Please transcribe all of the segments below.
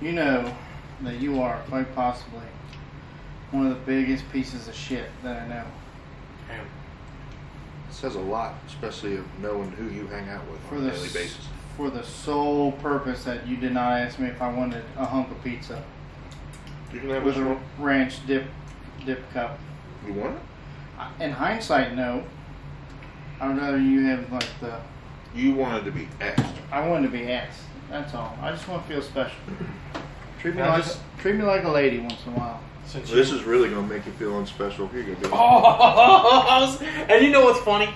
You know that you are quite possibly one of the biggest pieces of shit that I know. Damn. It says a lot, especially of knowing who you hang out with For on a the daily s- basis. For the sole purpose that you did not ask me if I wanted a hunk of pizza You can have with this a one. ranch dip dip cup. You want it? I- In hindsight, no. I would rather you have like the. You wanted to be asked. I wanted to be asked. That's all. I just want to feel special. Treat me Now like just- treat me like a lady once in a while. Since you- This is really gonna make you feel unspecial. You're gonna be. Oh, and you know what's funny?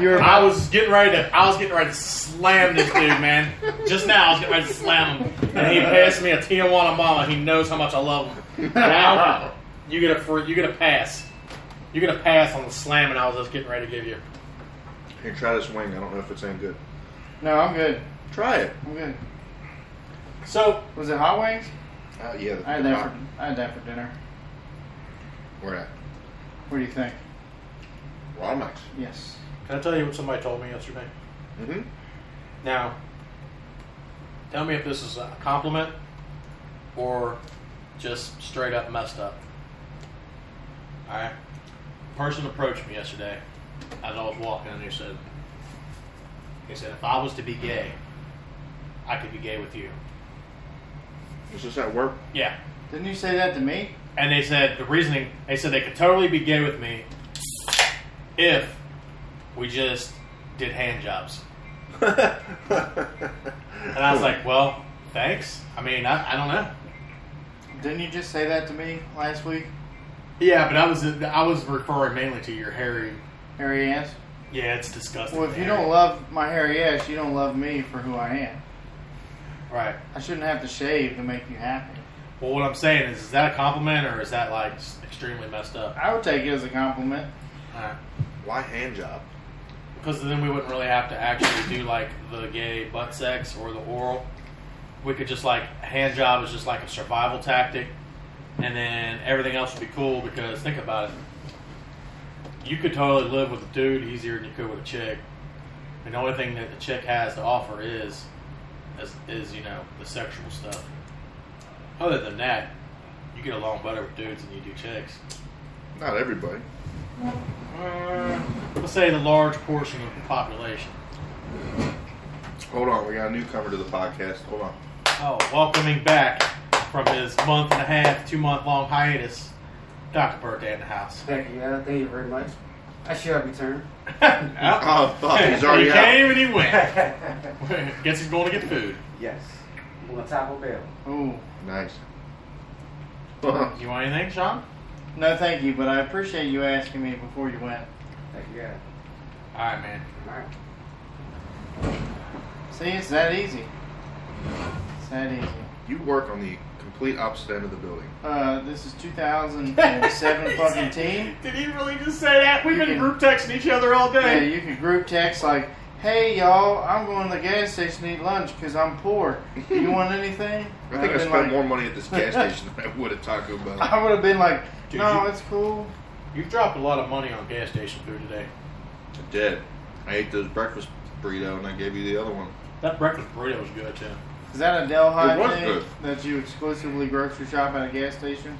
You're I was getting ready to, I was getting ready to slam this dude, man. Just now, I was getting ready to slam him, and he passed me a Tijuana mama. He knows how much I love him. Now you get a free, you get a pass. You get a pass on the slamming I was just getting ready to give you. Here, try this wing. I don't know if it's any good. no, I'm good. Try it. I'm good. So Was it hot wings? Uh, yeah. I had that for I had that for dinner. We're at What do you think? raw mics. Yes. can I tell you what somebody told me yesterday? Mm-hmm. Now, tell me if this is a compliment or just straight up messed up. All right. Person approached me yesterday as I was walking, and he said, "He said if I was to be gay, I could be gay with you." Is this at work? Yeah. Didn't you say that to me? And they said the reasoning. They said they could totally be gay with me if we just did hand jobs. And and I was like, "Well, thanks. I mean, I, I don't know." Didn't you just say that to me last week, Yeah, but I was I was referring mainly to your hairy. hairy ass? Yeah, it's disgusting. Well, if you hairy. don't love my hairy ass, you don't love me for who I am. right. I shouldn't have to shave to make you happy. Well, what I'm saying is, is that a compliment or is that like s- extremely messed up? I would take it as a compliment. All right. why hand job? Because then we wouldn't really have to actually do like the gay butt sex or the oral. We could just like hand job is just like a survival tactic, and then everything else would be cool. Because think about it, you could totally live with a dude easier than you could with a chick. And the only thing that the chick has to offer is, is, is you know, the sexual stuff. Other than that, you get along better with dudes than you do chicks. Not everybody. Uh, let's say the large portion of the population. Hold on, we got a newcomer to the podcast. Hold on. Oh, welcoming back from his month and a half, two month long hiatus, Dr. Birthday in the house. Thank you, uh, thank you very much. I shall return. Oh, fuck, he's already he out. came and he went. yes. Guess he's going to get food. Well, Taco Bell. Ooh. Nice. You want anything, Sean? No, thank you, but I appreciate you asking me before you went. Thank you, yeah. All right, man. All right. See, it's that easy. It's that easy. you work on the complete opposite end of the building. Uh, this is 2007 fucking team. Did he really just say that? We've Yeah. been group texting each other all Yeah, day. you can group text like, "Hey y'all, I'm going to the gas station to eat lunch because I'm poor. Do you want anything?" I think I I've been spent like- more money at this gas station than I would at Taco Bell. I would have been like, Dude, "No, you- it's cool." You've dropped a lot of money on gas station food today. I did. I ate those breakfast burrito and I gave you the other one. That breakfast burrito was good, too. Is that a Delhi It was thing good. that you exclusively grocery shop at a gas station?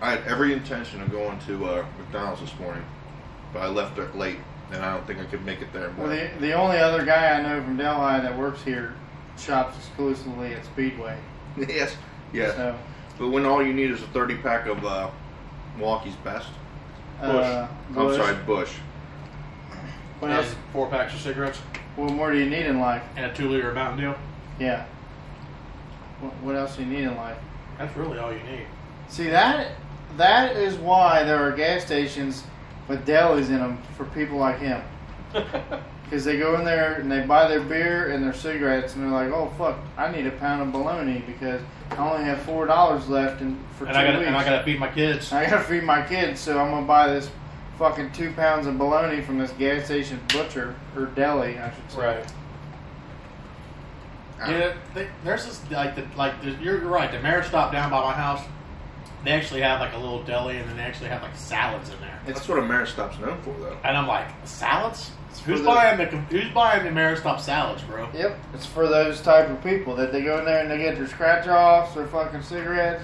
I had every intention of going to uh, McDonald's this morning, but I left it late and I don't think I could make it there. in Well, time. the, the only other guy I know from Delhi that works here shops exclusively at Speedway. yes, yes. So, But when all you need is a 30 pack of uh, Milwaukee's Best. uh, I'm Bush. sorry, Bush. What else? And four packs of cigarettes What more do you need in life? and a two liter Mountain Dew. Yeah. What, what else do you need in life? That's really all you need. See that that is why there are gas stations with delis in them for people like him. Because they go in there and they buy their beer and their cigarettes and they're like, "Oh fuck, I need a pound of bologna because I only have four dollars left and for and two I gotta weeks and I gotta feed my kids. I gotta feed my kids, so I'm gonna buy this fucking two pounds of bologna from this gas station butcher or deli, I should say. Right. Ah, Uh, Yeah, they, there's this like the like the, you're right. The marriage stop down by my house They actually have like a little deli, and then they actually have like salads in there. It's That's what a marriage stop's known for, though. And I'm like, salads? for Who's the- buying the Who's buying the Maristop salads, bro? Yep, it's for those type of people that they go in there and they get their scratch offs, their fucking cigarettes,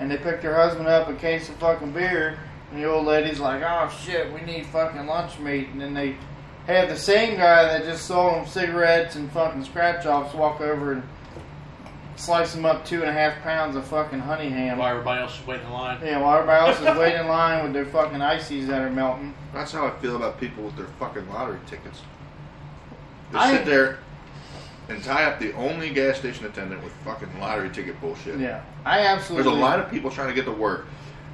and they pick their husband up a case of fucking beer, and the old lady's like, "Oh shit, we need fucking lunch meat," and then they have the same guy that just sold them cigarettes and fucking scratch offs walk over and slice them up two and a half pounds of fucking honey ham. While everybody else is waiting in line. Yeah, while everybody else is waiting in line with their fucking ices that are melting. That's how I feel about people with their fucking lottery tickets. They I- sit there and tie up the only gas station attendant with fucking lottery ticket bullshit. Yeah, I There's absolutely. a lot of people trying to get to work,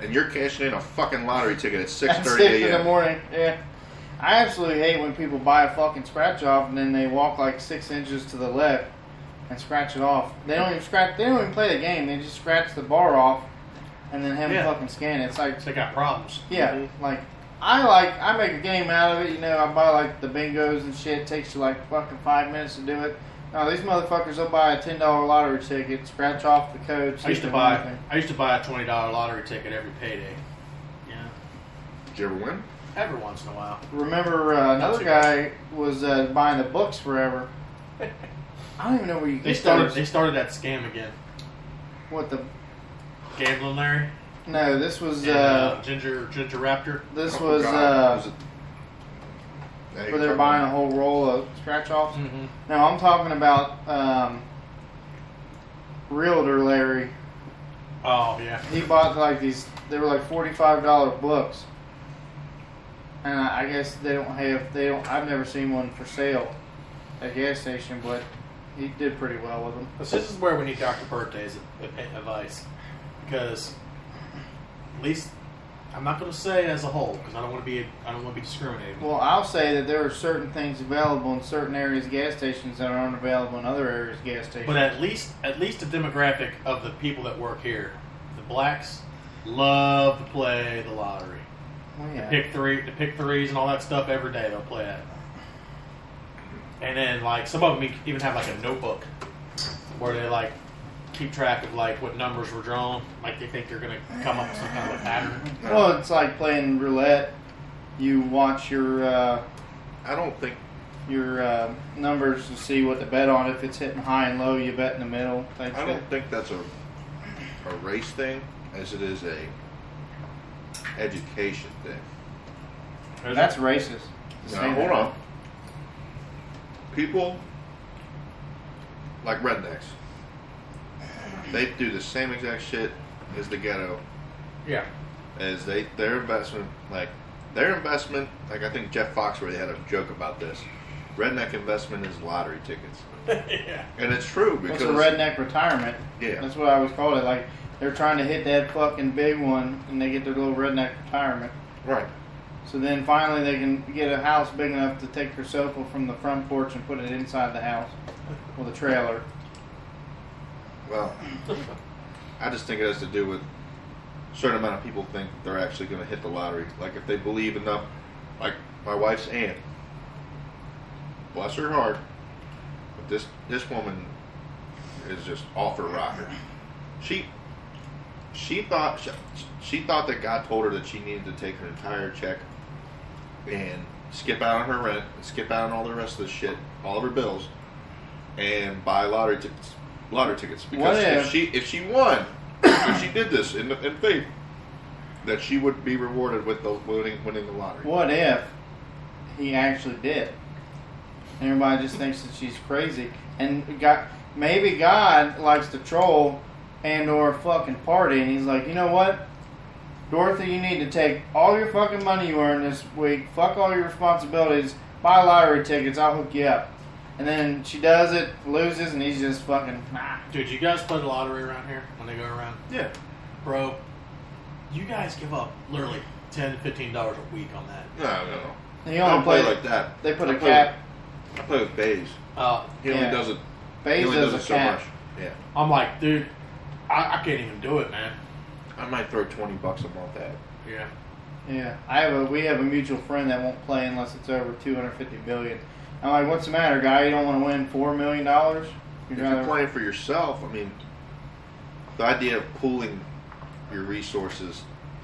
and you're cashing in a fucking lottery ticket at At 6:30 six in the a.m. morning. Yeah. I absolutely hate when people buy a fucking scratch off and then they walk like six inches to the left and scratch it off. They don't even scratch. They don't even play the game. They just scratch the bar off and then have Yeah. Mm-hmm. them fucking scan it. It's like, They got problems. yeah, like I like I make a game out of it. You know, I buy like the bingos and shit. It takes you like fucking five minutes to do it. No, these motherfuckers will buy a ten dollar lottery ticket, scratch off the code. I used to system, buy. everything. I used to buy a twenty dollar lottery ticket every payday. Yeah. Did you ever win? Every once in a while. Remember uh, another too guy was uh, buying the books forever. I don't even know where you They get started. those. They started that scam again. What the? Gambling Larry. No, this was and, uh, uh, Ginger Ginger Raptor. this Oh, was God. uh, Was it- Yeah, you where can they're talk buying a about whole roll of scratch offs. Mm-hmm. No, I'm talking about um, realtor Larry. Oh yeah. He bought like these. They were like forty-five dollar books, and I, I guess they don't have. They don't. I've never seen one for sale at a gas station, but he did pretty well with them. This is where we need Dr. Birthday's ad- advice. Because, at least, I'm not going to say as a whole, because I don't want to be I don't want to be discriminating. Well, I'll say that there are certain things available in certain areas of gas stations that aren't available in other areas of gas stations. But at least, at least the demographic of the people that work here, the blacks, love to play the lottery. Well, Oh, yeah. Pick three, the pick threes, and all that stuff every day. They'll play that. And then, like, some of them even have like a notebook where they like keep track of like what numbers were drawn. Like they think they're going to come up with some kind of a pattern. it. well, it's like playing roulette. You watch your uh, I don't think your uh, numbers to see what to bet on. If it's hitting high and low, you bet in the middle. Things I that- don't think that's a a race thing as it is a education thing. That's racist. to say Now, hold that. on. People like rednecks, they do the same exact shit as the ghetto. Yeah. As they their investment, like their investment, like I think Jeff Foxworthy had a joke about this. Redneck investment is lottery tickets, yeah. and it's true It's because a redneck retirement. Yeah. That's what I always called it. Like they're trying to hit that fucking big one, and they get their little redneck retirement. right. So then finally they can get a house big enough to take their sofa from the front porch and put it inside the house with a trailer. Well, I just think it has to do with certain amount of people think they're actually going to hit the lottery. Like if they believe enough, like my wife's aunt, bless her heart, but this this woman is just off her rocker. She she thought she, she thought that God told her that she needed to take her entire check and skip out on her rent, and skip out on all the rest of the shit, all of her bills, and buy lottery tickets. Lottery tickets because What if, if- she if she won, if she did this in, in faith, that she would be rewarded with the winning winning the lottery. What if he actually did? And everybody just thinks that she's crazy. And God, maybe God likes to troll and or fucking party, and he's like, you know what? Dorothy, you need to take all your fucking money you earned this week, fuck all your responsibilities, buy lottery tickets, I'll hook you up. And then she does it, loses, and he's just fucking, nah. Dude, you guys play the lottery around here when they go around? Yeah, Bro, you guys give up literally 10 $15 a week on that. no, no, no. He I only don't play plays. like that. they put I a play- cap. I play with Bays. Uh, He only Yeah. does it. he Bays only does does a it so cap. much. Yeah, I'm like, dude, I, I can't even do it, man. I might throw twenty bucks a month at. it. Yeah. Yeah, I have a we have a mutual friend that won't play unless it's over two hundred fifty billion. I'm like, what's the matter, guy? You don't want to win four million dollars? If you're playing for yourself, I mean, the idea of pooling your resources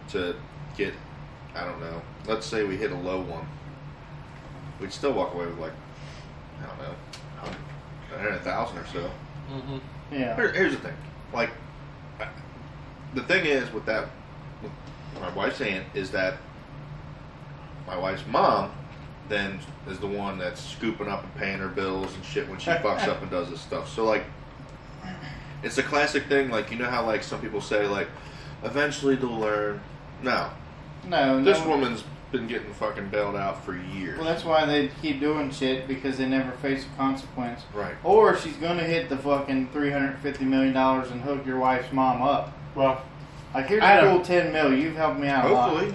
to get, I don't know, let's say we hit a low one, we'd still walk away with like, I don't know, 100 100,000 or so. Mm-hmm. Yeah. Here, here's the thing. Like, I- the thing is with that, with my wife's aunt is that my wife's mom then is the one that's scooping up and paying her bills and shit when she fucks up and does this stuff. So like, it's a classic thing. Like you know how like some people say like, eventually they'll learn. No, No, this no. woman's been getting fucking bailed out for years. Well, that's why they keep doing shit because they never face a consequence. right. Or she's gonna hit the fucking three hundred fifty million dollars and hook your wife's mom up. Well, Like here's I a don't- cool ten mil. You've helped me out a lot. Hopefully.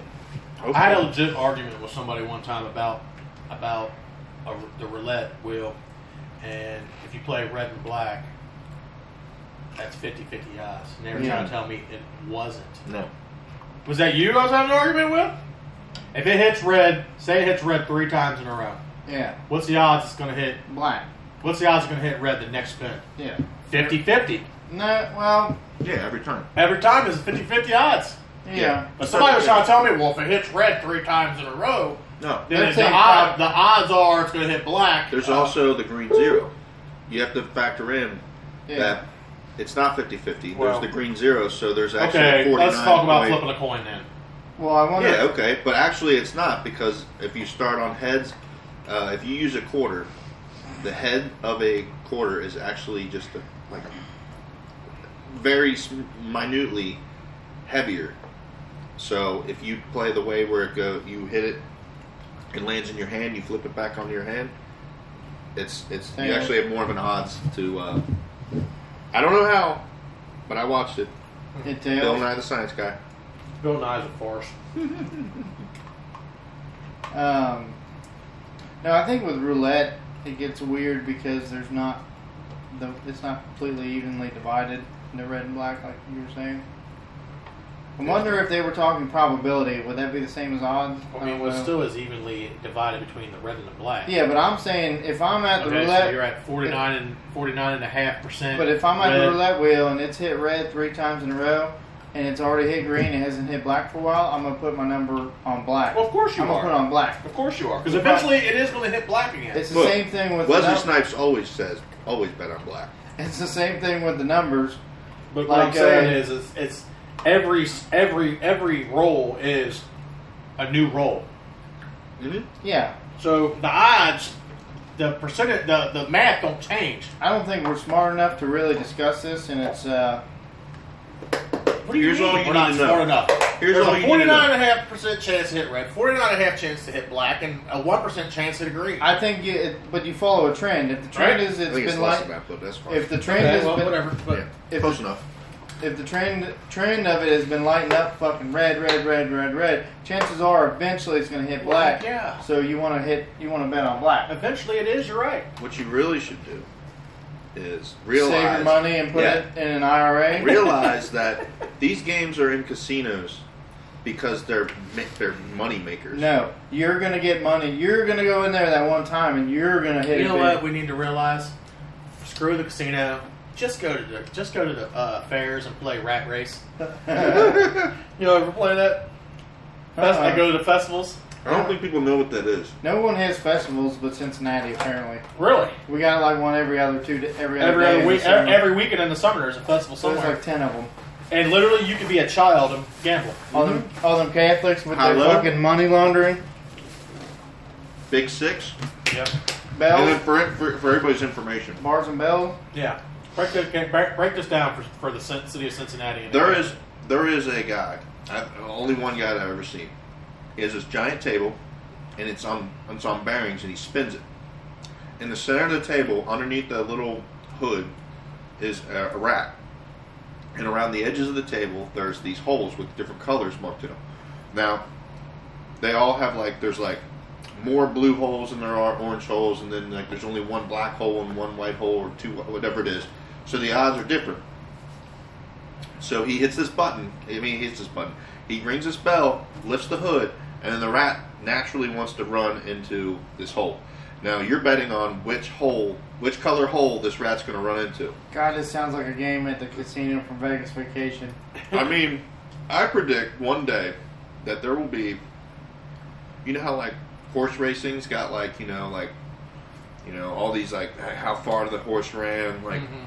Hopefully. I had a legit argument with somebody one time about about a, the roulette wheel, and if you play red and black, that's 50-50 odds. And they were Yeah. trying to tell me it wasn't. No. Was that you I was having an argument with? If it hits red, say it hits red three times in a row. Yeah. What's the odds it's going to hit? Black. What's the odds it's going to hit red the next spin? Yeah. 50-50. No. Well. Yeah, every time. Every time is 50-50 odds. Yeah. Yeah. But somebody was trying to tell me, well, if it hits red three times in a row, No. then That's it's the, it. odd, the odds are it's going to hit black. There's Uh, also the green zero. You have to factor in Yeah. that it's not 50 50. Well- there's the green zero, so there's actually Okay, 49. let's talk about point- flipping a coin then. Well, I wonder. Yeah, okay. But actually, it's not because if you start on heads, uh, if you use a quarter, the head of a quarter is actually just a, like a very sm- minutely heavier. So if you play the way where it go, you hit it, it lands in your hand. You flip it back onto your hand. It's it's you Yeah. actually have more of an odds to. Uh, I don't know how, but I watched it. It Bill tails. Nye the Science Guy. Bill Nye's a farce. Um, no, I think with roulette it gets weird because there's not the it's not completely evenly divided into red and black like you were saying. I wonder if they were talking probability. Would that be the same as odds? I mean, don't it know. still is evenly divided between the red and the black. yeah, but I'm saying if I'm at the Okay, roulette, so you're at 49 and 49 and a half percent. But if I'm at red. the roulette wheel and it's hit red three times in a row, and it's already hit green, it hasn't hit black for a while, I'm gonna put my number on black. Well, of course you I'm are. gonna put it on black. Of course you are. Because But- eventually it is going to hit black again. It's the Look, same thing with Wesley the num- Snipes always says, always bet on black. it's the same thing with the numbers. but what I'm like, saying uh, is, it's, it's every every every roll is a new roll. Mm-hmm. Yeah, So the odds, the percentage, the, the math don't change. I don't think we're smart enough to really discuss this, and it's uh, What do you Here's mean all you we're need not to know. smart enough? Here's There's all a you need to know. 49.5% chance to hit red, 49.5% chance to hit black, and a 1% chance to hit green. I think you, it, but you follow a trend. If the trend Right. is I it's think it's been less like about, but that's fine. if the trend okay, has well, been whatever. But yeah, if close the- enough. if the trend trend of it has been lighting up fucking red, red, red, red, red, chances are eventually it's gonna hit black. Yeah. So you want to hit, you want to bet on black. Eventually, it is. You're right. What you really should do is Save realize your money and put Yeah. it in an IRA. realize that these games are in casinos because they're ma- they're money makers. No, you're gonna get money. You're gonna go in there that one time, and you're gonna hit You it. know big. what? We need to realize. Screw the casino. Just go to the just go to the uh, fairs and play Rat Race. You know, ever play that? Fest- I Uh-uh. go to the festivals. I don't think people know what that is. No one has festivals but Cincinnati. Apparently, Really? we got like one every other two, da- every other Every day other in the week, summer. every, every weekend in the summer, there's a festival so there's somewhere, like ten of them. and literally you could be a child and gamble. All them, Mm-hmm. all them Catholics with Hello? their fucking money laundering Big Six. And Yep. then bells, for, for for everybody's information, bars and bells. Yeah. Break this, break, break this down for, for the cin- city of Cincinnati. and- There is there is a guy, I, only one guy that I've ever seen. He has this giant table, and it's on it's on bearings, and he spins it. In the center of the table, underneath the little hood, is a, a rack, and around the edges of the table, there's these holes with different colors marked in them. Now, they all have like there's like more blue holes than there are orange holes, and then like there's only one black hole and one white hole or two whatever it is. So the odds are different. So he hits this button. I mean, he hits this button. He rings this bell, lifts the hood, and then the rat naturally wants to run into this hole. Now you're betting on which hole, which color hole this rat's going to run into. God, this sounds like a game at the casino from Vegas Vacation. I mean, I predict one day that there will be. You know how like horse racing's got like you know like, you know all these like how far the horse ran like. Mhm.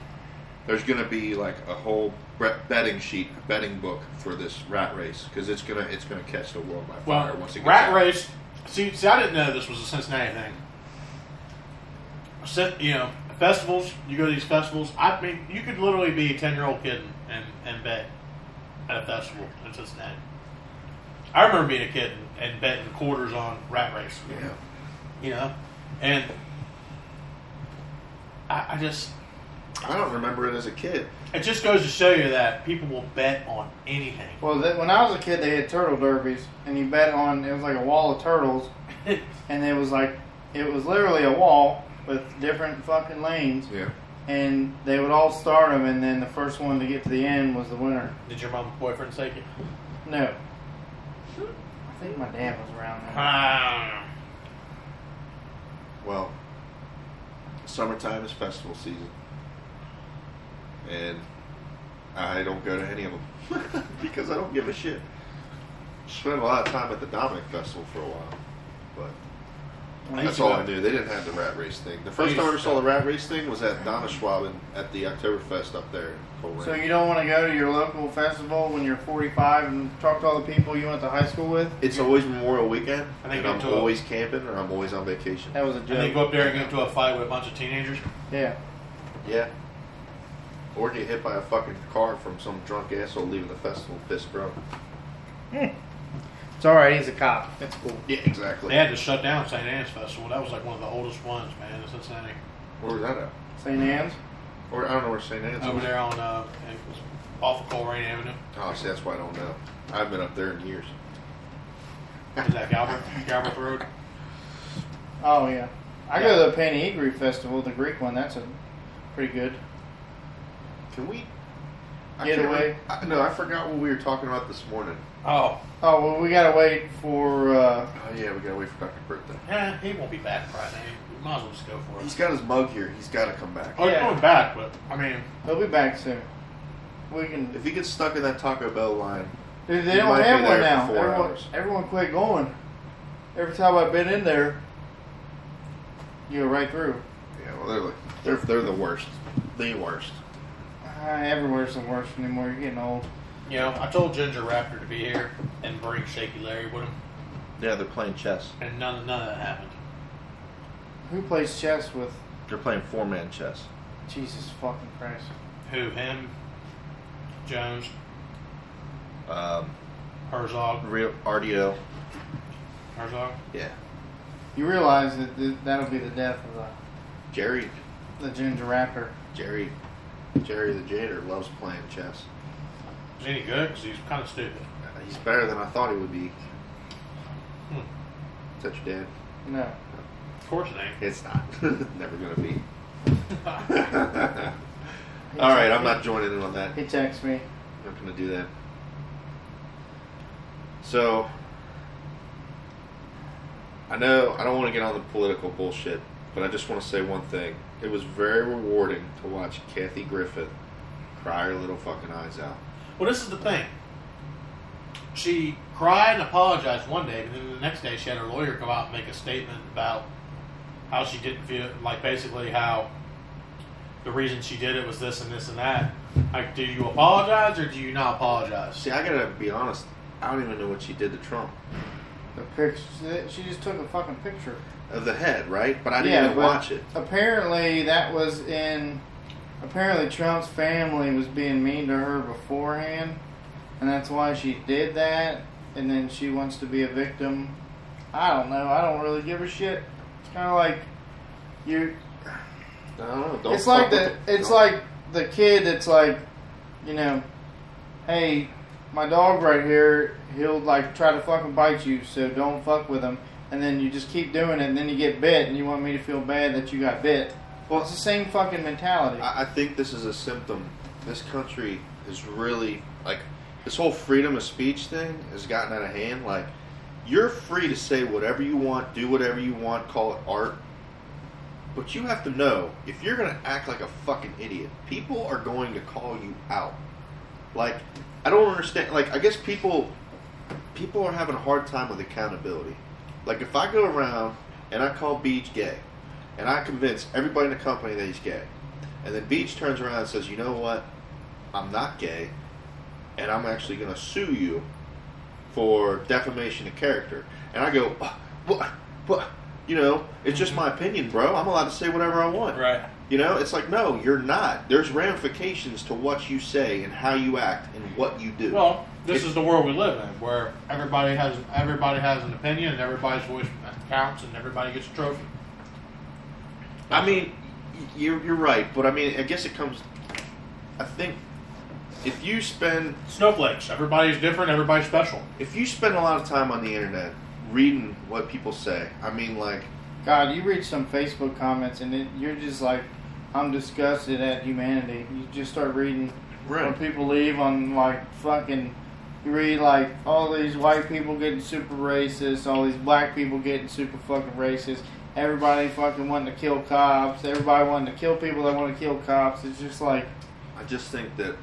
There's gonna be like a whole bre- betting sheet, betting book for this rat race because it's gonna it's gonna catch the world by fire Well, once it gets rat out. race. See, see, I didn't know this was a Cincinnati thing. Cin- You know, festivals. You go to these festivals. I mean, you could literally be a ten-year-old kid and, and bet at a festival in Cincinnati. I remember being a kid and, and betting quarters on rat race. Yeah. You know, and I, I just I don't remember it as a kid. it just goes to show you that people will bet on anything. Well, th when I was a kid, they had turtle derbies, and you bet on it was like a wall of turtles, and it was like it was literally a wall with different fucking lanes, Yeah. and they would all start them, and then the first one to get to the end was the winner. Did your mom's boyfriend take it? No, I think my dad was around then. Ah. Well, summertime is festival season, and I don't go to any of them because I don't give a shit. Spent a lot of time at the Dominic Festival for a while, but When that's all I knew. They didn't have the rat race thing. The first used time I ever to saw go. the rat race thing was at Donna Schwaben at the Oktoberfest up there in Coleraine. So you don't want to go to your local festival when you're 45 and talk to all the people you went to high school with? it's always Memorial Weekend, I think and I'm until- always camping or I'm always on vacation. That was a joke. And they go up there and get into a fight with a bunch of teenagers. yeah. Yeah. Or get hit by a fucking car from some drunk asshole leaving the festival pissed broke. It's all right. He's a cop. That's cool. Yeah, exactly. They had to shut down St. Anne's Festival. That was like one of the oldest ones, man, in Cincinnati. Where was that at? St. Anne's. Or I don't know where St. Anne's Over was. there on, uh, it was off of Colerain Avenue. Oh, see, that's why I don't know. I haven't been up there in years. Is that Galbert, Galbert Road? Oh yeah. I go to the Panihigri Festival, the Greek one. That's a pretty good. Can we? Get can't away. rem- I, no, I forgot what we were talking about this morning. Oh, Oh well, we gotta wait for. Uh, Oh yeah, we gotta wait for Dr. Birthday. yeah, he won't be back Friday. We might as well just go for He's it. got his mug here. He's got to come back. Oh, he's Yeah. going back, but, I mean, he'll be back soon. We can. If he gets stuck in that Taco Bell line, Dude, they he don't might be have one there for now. four Everyone, hours. everyone quit going. Every time I've been in there, you go right through. yeah, well they're like, they're they're the worst, the worst. Uh, everywhere's the worst anymore. You're getting old. you know, I told Ginger Raptor to be here and bring Shaky Larry with him, Yeah, they're playing chess. and none, none of that happened. Who plays chess with They're playing four man chess. Jesus fucking Christ? Who, him, Jones, Um, Herzog, real RDO. Herzog? Yeah, You realize that th- that'll be the death of Jerry, the, the ginger rapper. Jerry, Jerry the Jader loves playing chess. Is he any good? 'Cause he's kind of stupid. Uh, He's better than I thought he would be. Hmm. Is that your dad? No, Of course it ain't. It's not. Never gonna be. He All right, te- I'm not joining in on that. He texts me. I'm not gonna do that. So, I know I don't want to get on the political bullshit, but I just want to say one thing. It was very rewarding to watch Kathy Griffith cry her little fucking eyes out. Well, this is the thing. She cried and apologized one day, but then the next day she had her lawyer come out and make a statement about how she didn't feel like basically how the reason she did it was this and this and that. Like, do you apologize or do you not apologize? See, I gotta be honest. I don't even know what she did to Trump The picture. She just took a fucking picture. of Uh, the head, right? But I didn't Yeah, even but- watch it. Apparently, that was in. Apparently, Trump's family was being mean to her beforehand, and that's why she did that. And then she wants to be a victim. I don't know. I don't really give a shit. It's kind of like you. I don't know. Don't It's like fuck with the. It's don't- like the kid that's like, you know, hey, my dog right here. He'll like try to fucking bite you, so don't fuck with him. And then you just keep doing it, and then you get bit, and you want me to feel bad that you got bit. Well, it's the same fucking mentality. I, I think this is a symptom. This country is really like this whole freedom of speech thing has gotten out of hand. Like you're free to say whatever you want, do whatever you want, call it art. But you have to know if you're going to act like a fucking idiot, people are going to call you out. Like, I don't understand. Like, I guess people people are having a hard time with accountability. Like, if I go around and I call Beach gay, and I convince everybody in the company that he's gay, and then Beach turns around and says, "You know what? I'm not gay, and I'm actually going to sue you for defamation of character," and I go, "Uh, "What? What?" You know, it's just my opinion, bro. I'm allowed to say whatever I want. Right. You know, it's like, no, you're not. There's ramifications to what you say and how you act and what you do. Well, this It- is the world we live in, where everybody has everybody has an opinion, and everybody's voice counts, and everybody gets a trophy. I mean, y- you're, you're right, but I mean, I guess it comes. I think if you spend Snowflakes. Everybody's different. Everybody's special. if you spend a lot of time on the internet reading what people say, I mean, like, God, you read some Facebook comments and it, you're just like, I'm disgusted at humanity. You just start reading when people leave on like fucking. You read like all these white people getting super racist, all these black people getting super fucking racist. Everybody fucking wanting to kill cops. Everybody wanting to kill people that want to kill cops. It's just like, I just think that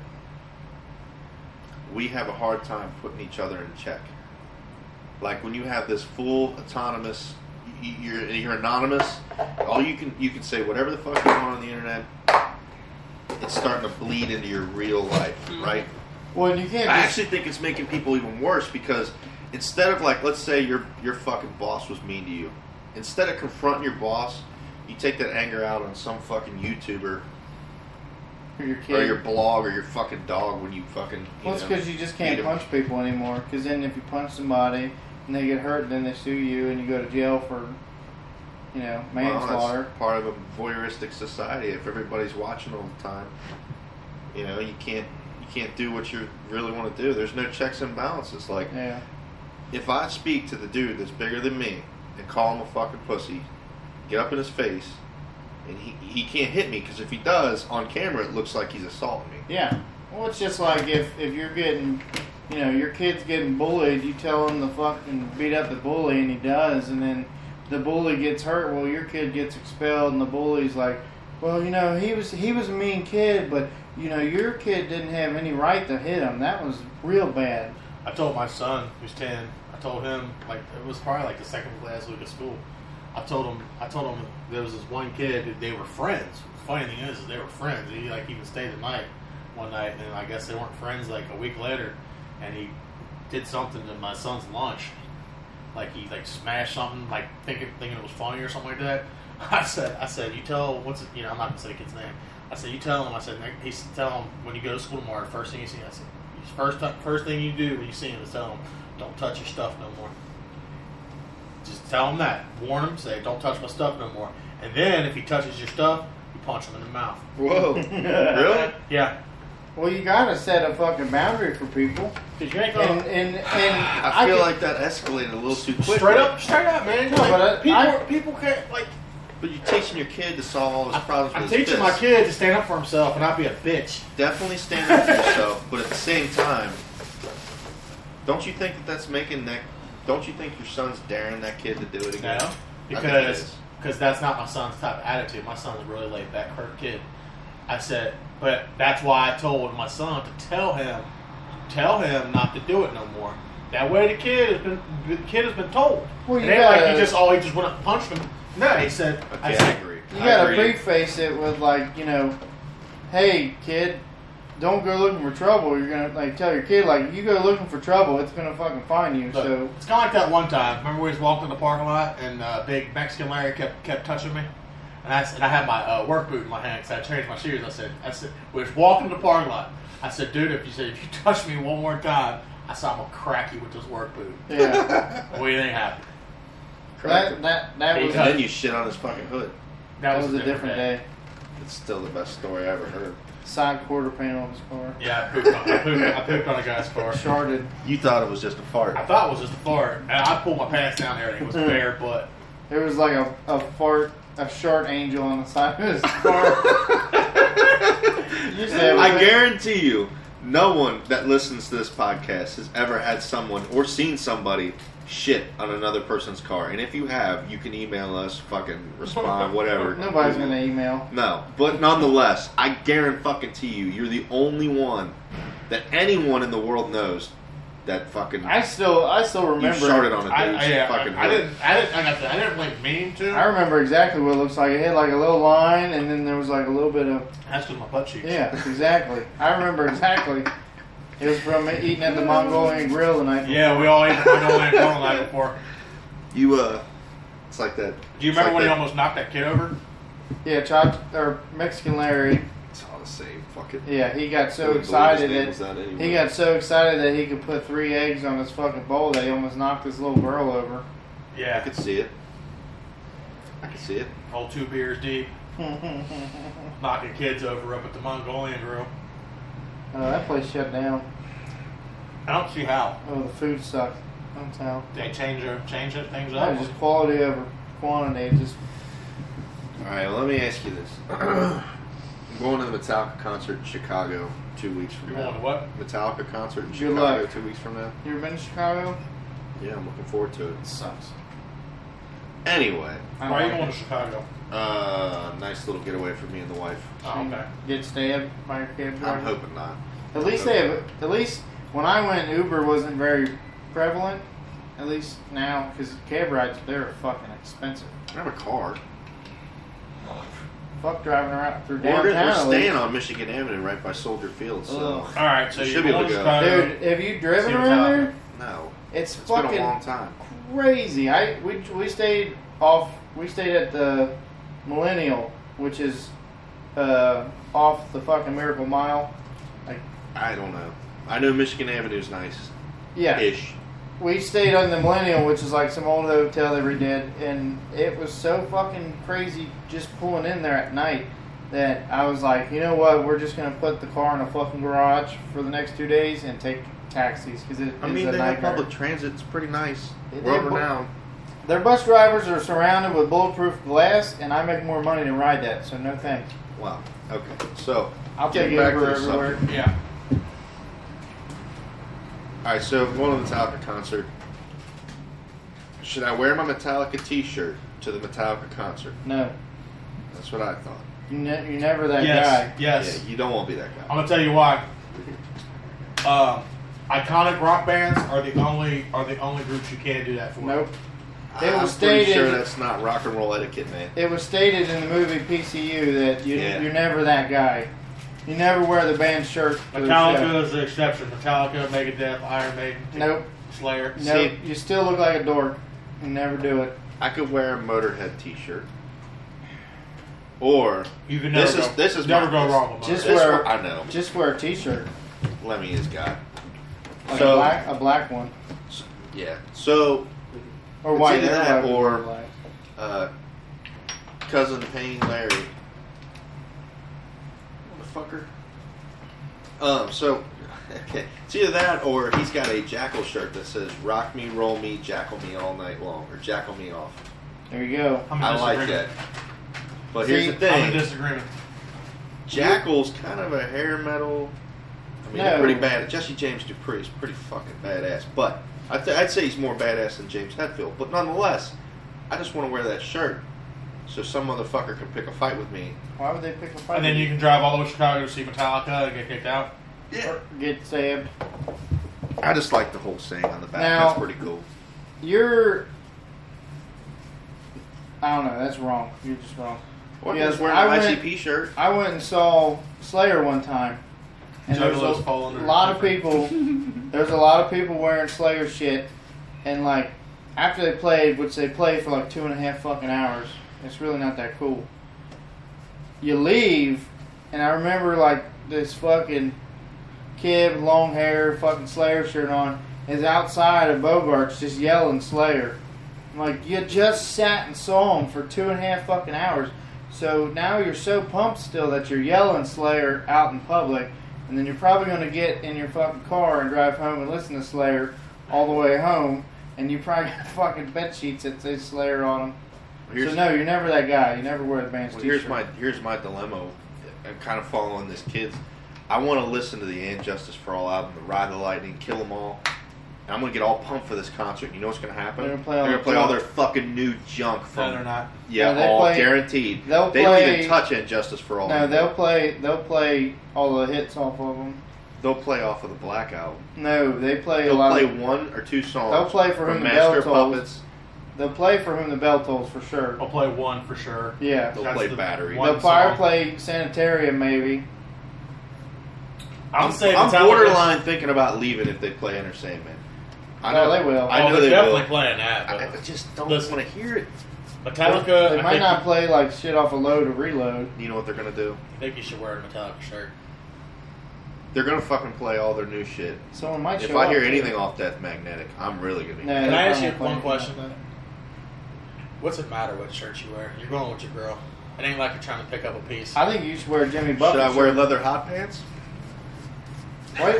we have a hard time putting each other in check. Like when you have this full autonomous, y- y- you're you're anonymous. All you can you can say whatever the fuck you want on the internet. It's starting to bleed into your real life, right? well, you can't. I Just, actually think it's making people even worse because instead of like, let's say your your fucking boss was mean to you, instead of confronting your boss, you take that anger out on some fucking YouTuber for your kid. or your blog or your fucking dog when you fucking. You Well, it's know. because you just can't Need 'em. punch people anymore. Because then, if you punch somebody and they get hurt, then they sue you and you go to jail for, you know, Well, that's manslaughter. part of a voyeuristic society. If everybody's watching all the time, you know you can't you can't do what you really want to do. There's no checks and balances. Like yeah, if I speak to the dude that's bigger than me and call him a fucking pussy, get up in his face, and he he can't hit me because if he does on camera, it looks like he's assaulting me. yeah. Well, it's just like if if you're getting, you know, your kid's getting bullied, you tell him to fucking beat up the bully, and he does, and then the bully gets hurt. Well, your kid gets expelled, and the bully's like, well, you know, he was he was a mean kid, but you know, your kid didn't have any right to hit him. That was real bad. I told my son, who's ten, I told him like it was probably like the second last week of school. I told him, I told him there was this one kid that they were friends. The funny thing is, is they were friends. He like even stayed the night one night, and I guess they weren't friends like a week later. And he did something to my son's lunch, like he like smashed something, like thinking thinking it was funny or something like that. I said, I said, you tell what's it, you know, I'm not gonna say the kid's name. I said, you tell him. I said, "Nick," he said, tell him when you go to school tomorrow. First thing you see, I said, first ti- first thing you do when you see him is tell him, don't touch your stuff no more. Just tell him that. Warn him. Say, don't touch my stuff no more. And then if he touches your stuff, you punch him in the mouth. Whoa, really? Yeah, Well, you gotta set a fucking boundary for people. because you ain't And gonna and, and I feel can- like that escalated a little too quick. straight up, straight up, man. No, but I- Like, people, I- people can't like. but you're teaching your kid to solve all his problems. I'm with his teaching my fists. kid to stand up for himself and not be a bitch. definitely stand up for yourself, but at the same time, don't you think that that's making that? Don't you think your son's daring that kid to do it again? No, I think it is. because because that's not my son's type of attitude. My son's a really laid back, hurt kid. I said, but that's why I told my son to tell him, tell him not to do it no more. That way, the kid has been the kid has been told. Well, it you ain't like gotta- he just oh he just went up and punched him. No, he said. Okay, I I, said, agree. You I gotta agree. preface it with like, you know, hey kid, don't go looking for trouble. You're gonna like tell your kid like, you go looking for trouble, it's gonna fucking find you. Look, So it's kind of like that one time. Remember, we was walking in the parking lot, and uh, big Mexican Larry kept kept touching me, and I s- and I had my uh, work boot in my hand because I changed my shoes. I said, I said, we was walking in the parking lot. I said, dude, if you said if you touch me one more time, I said I'm gonna crack you with this work boot. yeah, What do you think happened? Correct. that that that Hey, was and then you shit on his fucking hood. that was a different day. It's still the best story I ever heard. Side quarter panel of his car, Yeah, I pooped, on, I, pooped, I pooped on a guy's car. sharded. You thought it was just a fart. I thought it was just a fart, and I pulled my pants down there, and it was bare butt. There was like a a fart, a shard angel on the side of his car. you said it was I a- guarantee you, no one that listens to this podcast has ever had someone or seen somebody shit on another person's car. And if you have, you can email us, fucking respond, whatever. Nobody's gonna email. No, but nonetheless, I guarantee you, you're the only one that anyone in the world knows that fucking I still, I still remember. started on it. I, Dude's I, yeah, fucking I, I hood. didn't. I didn't. I got that. I didn't like mean to. I remember exactly what it looks like. It had like a little line, and then there was like a little bit of That's because my butt cheeks. yeah, exactly. I remember exactly. It was from eating at the Mongolian Grill the night. Yeah, we all ate the Mongolian corn line before. you uh it's like that Do you it's remember like when he that- almost knocked that kid over? yeah, chopped or Mexican Larry. it's all the same fucking Yeah, he got I so wouldn't believe his excited name that was that anyway. He got so excited that he could put three eggs on his fucking bowl that he almost knocked this little girl over. I Yeah, could see it. I could see it. whole two beers deep, uh, knocking kids over up at the Mongolian grill. that place shut down. I don't see how Oh, the food sucked. I'm telling. they change their, change it, things That up. was just quality over quantity. Just All right, well, let me ask you this. I'm going to the Metallica concert in Chicago two weeks from You now. want what? Metallica concert in Good Chicago luck. two weeks from now. you ever been to Chicago? Yeah, I'm looking forward to it. It sucks. Anyway, I Why are you don't going like to Chicago? uh, nice little getaway for me and the wife. Oh, it. okay. Get stabbed by your cab driver. I'm hoping not. At least they have. At least when I went, Uber wasn't very prevalent. At least now, because cab rides they're fucking expensive. I have a car. Fuck driving around through We're, downtown. gonna- we're at staying least. on Michigan Avenue right by Soldier Field, so Ugh. All right, so You you're should be going able to to go. Chicago. Dude, have you driven See what's around out there? there. no. It's It's fucking been a long time. crazy. I we we stayed off. We stayed at the Millennial, which is uh, off the fucking Miracle Mile. I don't know. I know Michigan Avenue's nice Yeah, ish. we stayed on the Millennial, which is like some old hotel they redid, and it was so fucking crazy just pulling in there at night that I was like, you know what? We're just gonna put the car in a fucking garage for the next two days and take taxis because it, I it's mean, a they have nightmare. public transit. It's pretty nice. It- World it- renowned. Their bus drivers are surrounded with bulletproof glass, and I make more money to ride that, so no thanks. Wow. Okay. So, I'll Get take back to Uber the everywhere. Yeah. all right. So, going to the Metallica concert. Should I wear my Metallica T-shirt to the Metallica concert? No, That's what I thought. you ne- you're never that yes. Yes. Yeah, you don't want to be that I'm guy. gonna tell you why. Um, iconic rock bands are the only are the only groups you can do that for. guy. Nope. It I'm was pretty sure stated- that's not rock and roll etiquette, man. It was stated in the movie PCU that you, Yeah. you're never that guy. You never wear the band shirt. to the show. Metallica is the exception. Metallica, Megadeth, Iron Maiden, Nope. Slayer. No, See- you still look like a dork. You never do it. I could wear a Motorhead T-shirt, or You can never This is- go, this is never my- go this- wrong with just- just, this wear- one- I know Just wear a t-shirt, Lemmy is God. like a So- black, a black one, Yeah. So or It's white. either that Everybody or- wears black. uh, cousin Payne Larry. Motherfucker. Um, so, okay. It's either that or he's got a Jackal shirt that says, Rock me, roll me, jackal me all night long, or jackal me off. There you go. I'm in I like that. disagreement. But See, here's the I'm in thing disagreement. Jackal's kind of a hair metal. I mean, No. they're pretty bad. Jesse James Dupree is pretty fucking badass, but I th- I'd say he's more badass than James Hetfield. But nonetheless, I just want to wear that shirt so some motherfucker can pick a fight with me Why would they pick a fight? And then you can drive all the way to Chicago to see Metallica and get kicked out. Yeah. get stabbed. I just like the whole saying on the back. Now- That's pretty cool. You're. I don't know. That's wrong. You're just wrong. Or Yes, just wearing I an went- ICP shirt. I went and saw Slayer one time, and there's a Juggalos fall under- lot of people. There's a lot of people wearing Slayer shit, and like after they played, which they played for like two and a half fucking hours, it's really not that cool. You leave, and I remember like this fucking kid, with long hair, fucking Slayer shirt on, is outside of Bogart's just yelling Slayer. I'm like, you just sat and saw him for two and a half fucking hours. So now you're so pumped still that you're yelling Slayer out in public, and then you're probably going to get in your fucking car and drive home and listen to Slayer all the way home, and you probably got fucking bed sheets that say Slayer on them. Here's, so no, you're never that guy. You never wear the band's well, t-shirt. here's my here's my dilemma. I'm kind of following this kid's. I want to listen to the "And Justice for All" album, the "Ride the Lightning," "Kill 'Em All." And I'm gonna get all pumped for this concert. You know what's gonna happen? They're gonna play all They're the gonna play all their junk. fucking new junk No, they're from not. yeah, No, they all play- guaranteed. they'll They don't even play- touch "And Justice for All." No, they'll play. They'll play all the hits off of them. they'll play off of the Black Album. No, they play a They'll lot. play of, one or two songs. They'll play for from whom the Master bell of tolls. Puppets. They'll play for whom the bell tolls for sure. Oh, I'll play one for sure. Yeah. They'll That's play the Battery. one They'll fire song. play Sanitarium maybe. I'm saying I'm Metallica- borderline thinking about leaving if they play Enter Sandman. I No, know they will. I Oh, know they're they definitely will. playing that. I I But just don't want Listen. to hear it. Metallica, They I might think, not play like shit off a load of reload. You know what they're gonna do? I think you should wear a Metallica shirt. They're gonna fucking play all their new shit. Someone might If show I hear up. anything off Death Magnetic, I'm really gonna be. No. Yeah, Can they're I ask you probably one playing question? that. What's it matter what shirt you wear? You're going with your girl. It ain't like you're trying to pick up a piece. I think you should wear Jimmy Should Buffett. I wear leather hot pants? Wait,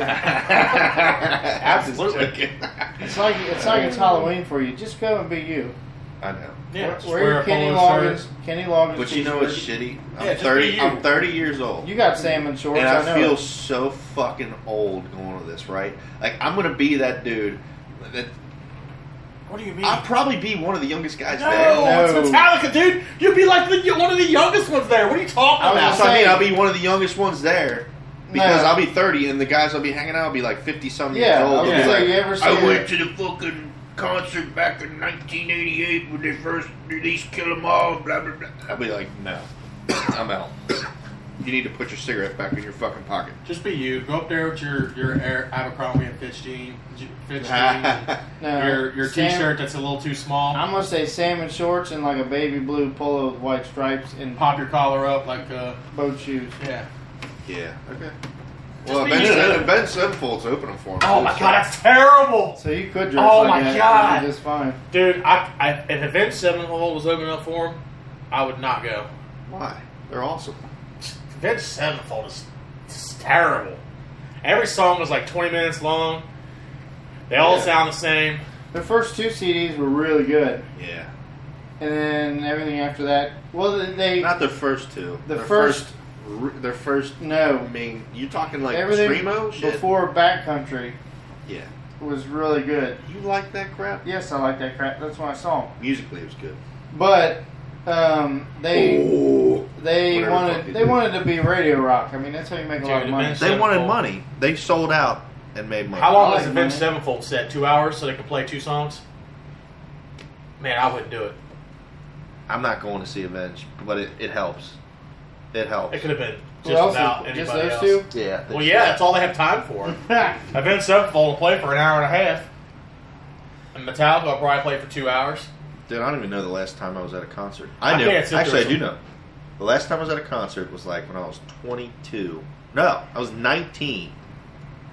Absolutely. Just joking. it's like it's like it's Halloween for you. Just go and be you. I know. Uh, yeah, just wear, wear your a Kenny polo shirt. Loggins. Kenny Loggins. But you know t-shirt. it's shitty. I'm Yeah, just be thirty. you. I'm thirty years old. You got salmon shorts. and I, I, know. feel so fucking old going to this, right? Like I'm gonna be that dude. That What do you mean? I'll probably be one of the youngest guys no, there. No. it's Metallica, dude. You'd be like the, one of the youngest ones there. What are you talking I was about? That's what I mean. saying- I'll be one of the youngest ones there because No. I'll be 30, and the guys I'll be hanging out will be like 50 something Yeah, years I old. was They'll be gonna say, like, you ever seen I it? went to the fucking concert back in 1988 when they first released Kill 'Em All. Blah blah blah. I'll be like, no, I'm out. you need to put your cigarette back in your fucking pocket. Just be you. Go up there with your your Air Abercrombie and Fitch jean, j- Fitch jeans, No. and your your Sam- T-shirt that's a little too small. I'm gonna say salmon shorts and like a baby blue polo with white stripes and Pop your collar up like uh boat shoes. yeah. yeah. Okay. Just Well, be Ben, you. Seven, ben Sevenfold's opening for him. Oh my god, that's terrible, So you could dress Oh like my that. God. and be Just fine. dude. I, I if Event Seven Hole was opening up for him, I would not go. Why? They're awesome. Vince Sevenfold is, is terrible. Every song was like 20 minutes long. They all Yeah. sound the same. Their first two CDs were really good, Yeah. and then everything after that. Well, they Not the first two. The Their first- re- their first. I no mean, you talking like everything screamo shit? before Backcountry Yeah. was really good. You like that crap? Yes, I like that crap. That's my song. Musically, it was good. But um, they Ooh. they Whatever the fuck wanted you they do. wanted to be radio rock. I mean, that's how you make a lot of Dude, money. Vince- They wanted money. They sold out and made money. How long was I like Vince mine. Sevenfold set? Two hours so they could play two songs? Man, I wouldn't do it. I'm not going to see Avenge, but it, it helps. It helps. It could have been Who just else? about is- anybody Just those else. two. yeah. Well, yeah, that's all they have time for. Event Sevenfold will play for an hour and a half. And Metallica will probably play for two hours. Dude, I don't even know the last time I was at a concert. I I knew. can't sit Actually, I through do some- know. The last time I was at a concert was like when I was 22. No, I was 19.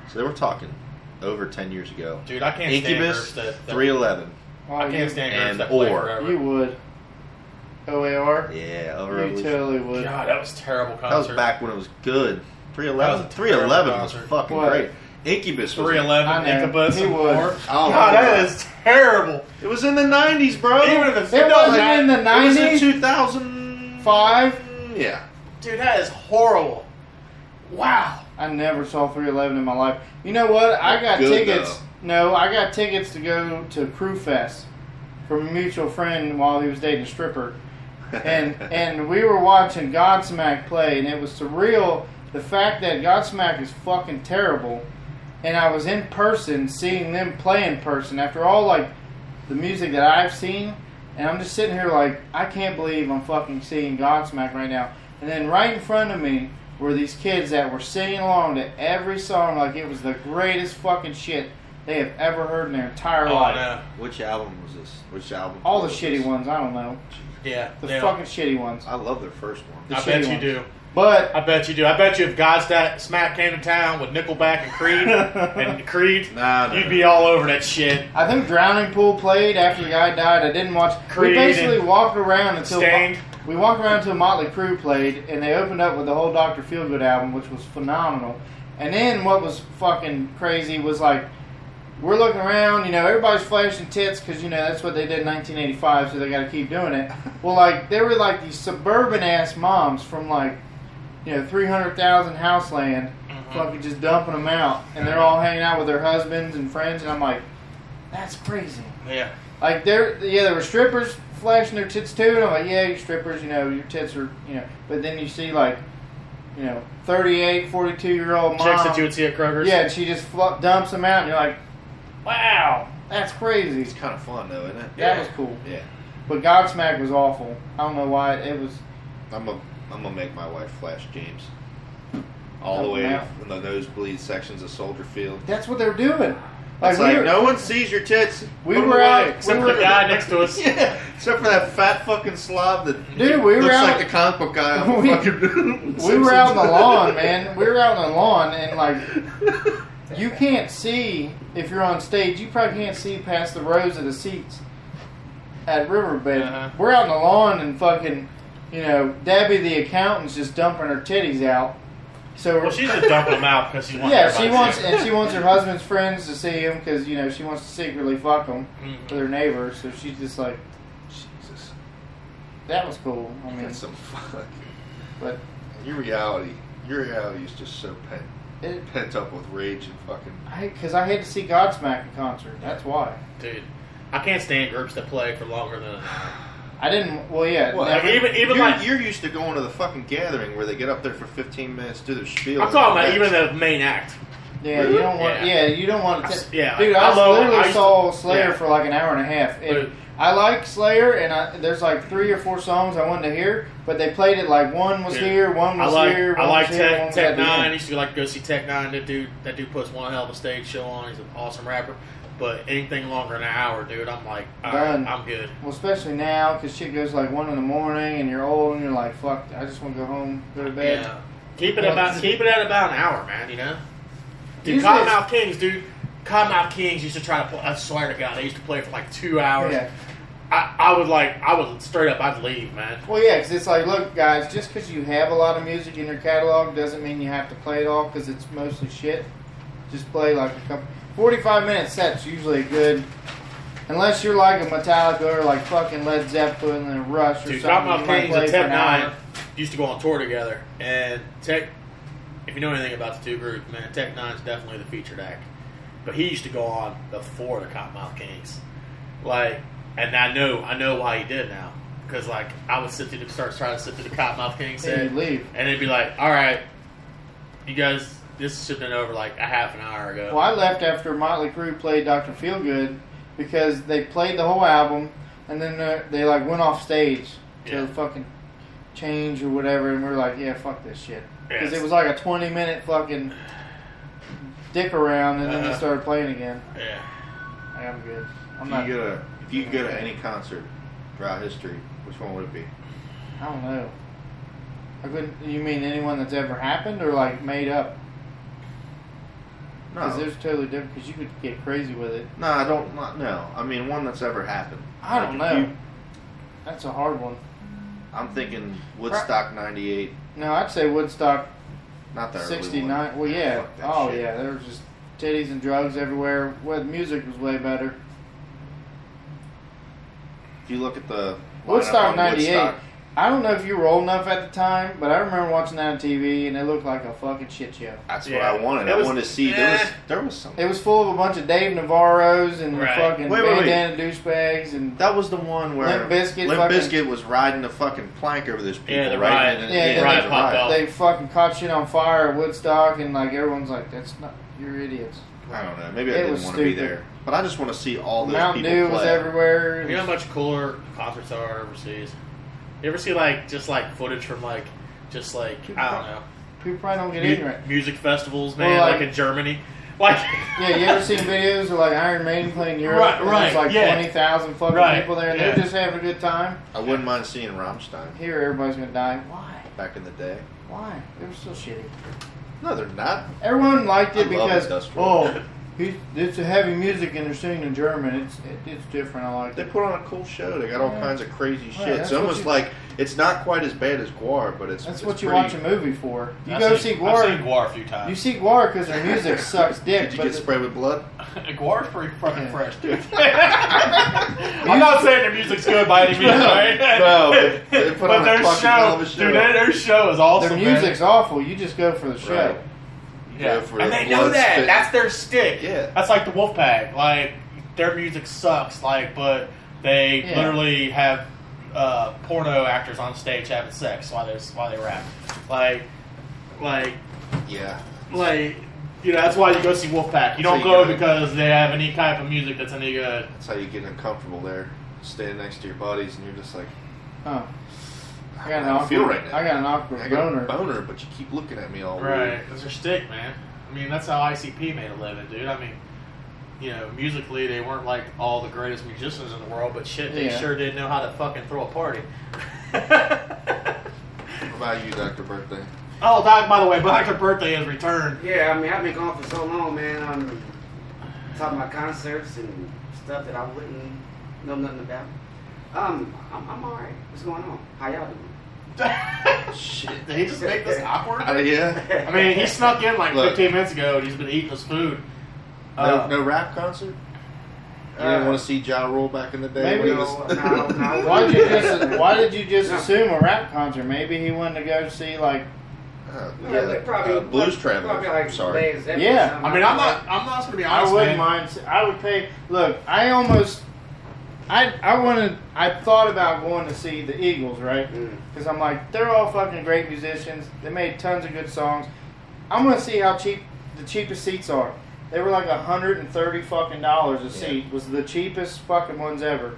So they were talking over 10 years ago. Dude, I can't Incubus, stand groups that, that 311. Wow, I can't you, stand groups And that play Or. forever. you would. OAR. Yeah, You over totally would. God, that was a terrible concert. That was back when it was good. 311. That was a terrible 311 was concert. fucking What? great. Incubus was. 311 I know. Incubus. He and would. War. Oh, God, my that God. is terrible. It was in the 90s, bro. Even if it's It wasn't that, in the It was in nineties. 2005. Five. Yeah. dude, that is horrible. Wow. I never saw 311 in my life. You know what? I got Good, tickets. No, I got tickets to go to Crew Fest from a mutual friend while he was dating a stripper. and and we were watching Godsmack play, and it was surreal. The fact that Godsmack is fucking terrible, and I was in person seeing them play in person after all like the music that I've seen, and I'm just sitting here like I can't believe I'm fucking seeing Godsmack right now. And then right in front of me were these kids that were singing along to every song like it was the greatest fucking shit they have ever heard in their entire Oh, life. no. Which album was this? Which album? All the was shitty this? ones, I don't know. Yeah. The yeah. fucking shitty ones. I love their first one. the I shitty bet you ones. do. But I bet you do. I bet you if guys that smack came to town with Nickelback and Creed and Creed, Nah, nah, you'd be all over that shit. I think Drowning Pool played after the guy died. I didn't watch. Creed we basically and walked around until Stained. we walked around until Motley Crue played, and they opened up with the whole Dr. Feelgood album, which was phenomenal. And then what was fucking crazy was like we're looking around, you know, everybody's flashing tits because you know that's what they did in 1985, so they got to keep doing it. Well, like they were like these suburban ass moms from like you know 300,000 house land, fucking just dumping them out, and they're all hanging out with their husbands and friends, and I'm like, that's crazy. Yeah. Like there, yeah, there were strippers flashing their tits too, and I'm like, yeah, you strippers, you know, your tits are, you know. But then you see like, you know, 38, 42 year old mom. Chicks that you would see at Kroger's. Yeah, and she just fl- dumps them out, and you're like, wow, that's It's crazy. kind of fun though, isn't it? That was cool. Yeah. But Godsmack was awful. I don't know why it, was. I'm a, I'm gonna make my wife flash James. All the Oh, way wow. in the nosebleed sections of Soldier Field. That's what they were doing. Like, It's like, we were, no one sees your tits. we Put 'em were away. out- Except we for were- the guy next to us. Yeah, except for that fat fucking slob that dude, we were looks out. like the comic book guy on the We- fucking. we were out on the lawn, man. We were out on the lawn, and like you can't see if you're on stage. You probably can't see past the rows of the seats at Riverbed. Uh-huh. We're out on the lawn and fucking, you know, Debbie the accountant's just dumping her titties out. So Well, she's just dumping them out because she wants. yeah, she everybody to wants see 'em. and she wants her husband's friends to see him because you know she wants to secretly fuck him Mhm. with her neighbor. So she's just like, Jesus, that was cool. I mean, that's some fuck. but Your reality, your reality is just so pent, it, pent up with rage and fucking. because I, had to see Godsmack in concert. That's why. Dude, I can't stand groups that play for longer than. I didn't. Well, yeah. Well, never- I mean, even even you're, like you're used to going to the fucking gathering where they get up there for 15 minutes, do their spiel. I'm and talking then about go even back. the main act. yeah, you don't want. Yeah. Yeah, you don't want I to. s- yeah, dude, I I, love- I literally used saw to- Slayer yeah. for like an hour and a half. And Dude. I like Slayer, and I, there's like three or four songs I wanted to hear, but they played it like one was Yeah. here, one I was like here, one I like was here, one Tech, was Tech at the Nine. I end. used to like to go see Tech Nine. That dude that dude puts one hell of a stage show on. He's an awesome rapper. But anything longer than an hour, dude, I'm like, all right, Done. I'm good. Well, especially now because shit goes like one in the morning, and you're old, and you're like, fuck, I just want to go home, go to bed. Yeah. Keep it Well, about keep it at about an hour, man. You know, dude. Usually Cottonmouth Kings, dude. Cottonmouth Kings used to try to play. I swear to God, they used to play for like two hours. Yeah. I, I would like I would straight up I'd leave, man. Well, yeah, because it's like, look, guys, just because you have a lot of music in your catalog doesn't mean you have to play it all because it's mostly shit. Just play like a couple. 45 minute sets usually a good. Unless you're like a Metallica or like fucking Led Zeppelin and Rush or Dude, something. Cottonmouth you might Kings play and for Tech an hour. Nine used to go on tour together, and Tech. If you know anything about the two groups, man, Tech Nine's definitely the featured act. But he used to go on before the Cottonmouth Kings, like, and I know I know why he did now because like I would sit through the start trying to sit through the Cottonmouth Kings set, And you leave. and it'd be like, all right, you guys, this should have been over like a half an hour ago. Well, I left after Motley Crue played Dr. Feelgood because they played the whole album and then uh, they like went off stage to Yeah. fucking change or whatever, and we were like, yeah, fuck this shit because Yes. it was like a 20 minute fucking dick around, and then Uh-huh. they started playing again. yeah. Like, I'm good. If I'm you not. go to if you could go to any concert throughout history, which one would it be? I don't know. I couldn't. You mean anyone that's ever happened or like made up? No, Because there's totally different. Because you could get crazy with it. no, I don't. Not, no, I mean one that's ever happened. I don't Like, know. if that's a hard one. I'm thinking Woodstock '98, No, I'd say Woodstock not the early one. '69. Well, yeah. Fuck that Oh, shit. yeah. There was just titties and drugs everywhere. Well, the music was way better. If you look at the lineup Woodstock on '98. Woodstock, I don't know if you were old enough at the time, but I remember watching that on TV, and it looked like a fucking shit show. that's Yeah. what I wanted. That I was- wanted to see there was Eh. there was some. It was full of a bunch of Dave Navarro's and Right. fucking Wait, wait, wait. bandana douchebags and That was the one where Limp Bizkit Limp fucking- Bizkit was riding the fucking plank over those people, Yeah, the right? riot. And then- Yeah, the there riot was a popped off. they fucking caught shit on fire at Woodstock and like everyone's like, that's not, you're idiots. I don't know. Maybe It I didn't was want to be stupid. there, but I just want to see all those Mountain people Dew play. was everywhere. You know how much cooler concerts are overseas. You ever see like just like footage from like just like I don't know People probably don't get mu- ignorant. music festivals, Well, man, like, like- in Germany, like Yeah, you ever seen videos of like Iron Maiden playing Europe? Right, and right, There's like yeah. 20,000 fucking Right, people there and yeah. they're just having a good time. I wouldn't mind seeing Rammstein Here, everybody's gonna die. Why? back in the day. Why? They were still shitty. No, they're not. Everyone liked it I love because, industrial. oh, he's, it's heavy music and they're singing in German. It's, it, it's different. I like They it. put on a cool show. They got all Yeah. kinds of crazy shit. that's it's what almost you- like it's not quite as bad as Guar, but it's That's it's what you pretty- watch a movie for. You I've go seen- see I've seen Guar. Guar a few You times. see Guar because their music sucks dick. Did you but get the- sprayed with blood? Guar's pretty fucking Yeah. fresh, dude. I'm not saying their music's good by any means, No, right? no, but they put on but a their fucking hell show, of a show. dude, their, their show is awesome. their man. music's awful. You just go for the show. Right. yeah, go for and the they know blood that. spit. That's their stick. Yeah. that's like the Wolfpack. Like their music sucks. Like, but they Yeah. literally have uh, porno actors on stage having sex while they while they rap. Like Like, Yeah. like you know, that's why you go see Wolfpack. You don't So you go gotta- because they have any type of music that's any good. That's how you get uncomfortable there, standing next to your buddies, and you're just like, Huh. I I got an don't awkward, feel right now. I got an awkward I got boner. a boner, but you keep looking at me all Right, weird. that's their stick, man. I mean, that's how ICP made a living, dude. I mean, you know, musically they weren't like all the greatest musicians in the world, but shit, they Yeah. sure did know how to fucking throw a party. What about you, Doctor Birthday? Oh, Doc. By the way, Doctor Birthday has returned. Yeah, I mean, I've been gone for so long, man. I'm talking about concerts and stuff that I wouldn't know nothing about. Um, I'm, I'm all right. What's going on? How y'all doing? Shit, did he just make this awkward? Uh, yeah. I mean, he snuck in like Look. 15 minutes ago and he's been eating his food. No, Uh, no rap concert. You Uh, didn't want to see Ja Rule back in the day. Maybe- when he was- No, no, no. Why did you just Why did you just assume a rap concert? Maybe he wanted to go see like Uh, Yeah, yeah, like, uh, Blues Traveler. Probably like I'm sorry. Led Zeppelin Yeah. or something. I mean, I'm not. I'm not gonna be I honest. man. wouldn't mind. I would pay. Look, I almost. I I wanted. I thought about going to see the Eagles, right? Mm. Because I'm like, they're all fucking great musicians. They made tons of good songs. I'm gonna see how cheap the cheapest seats are. They were like 130 fucking dollars a Yeah. seat. Was the cheapest fucking ones ever,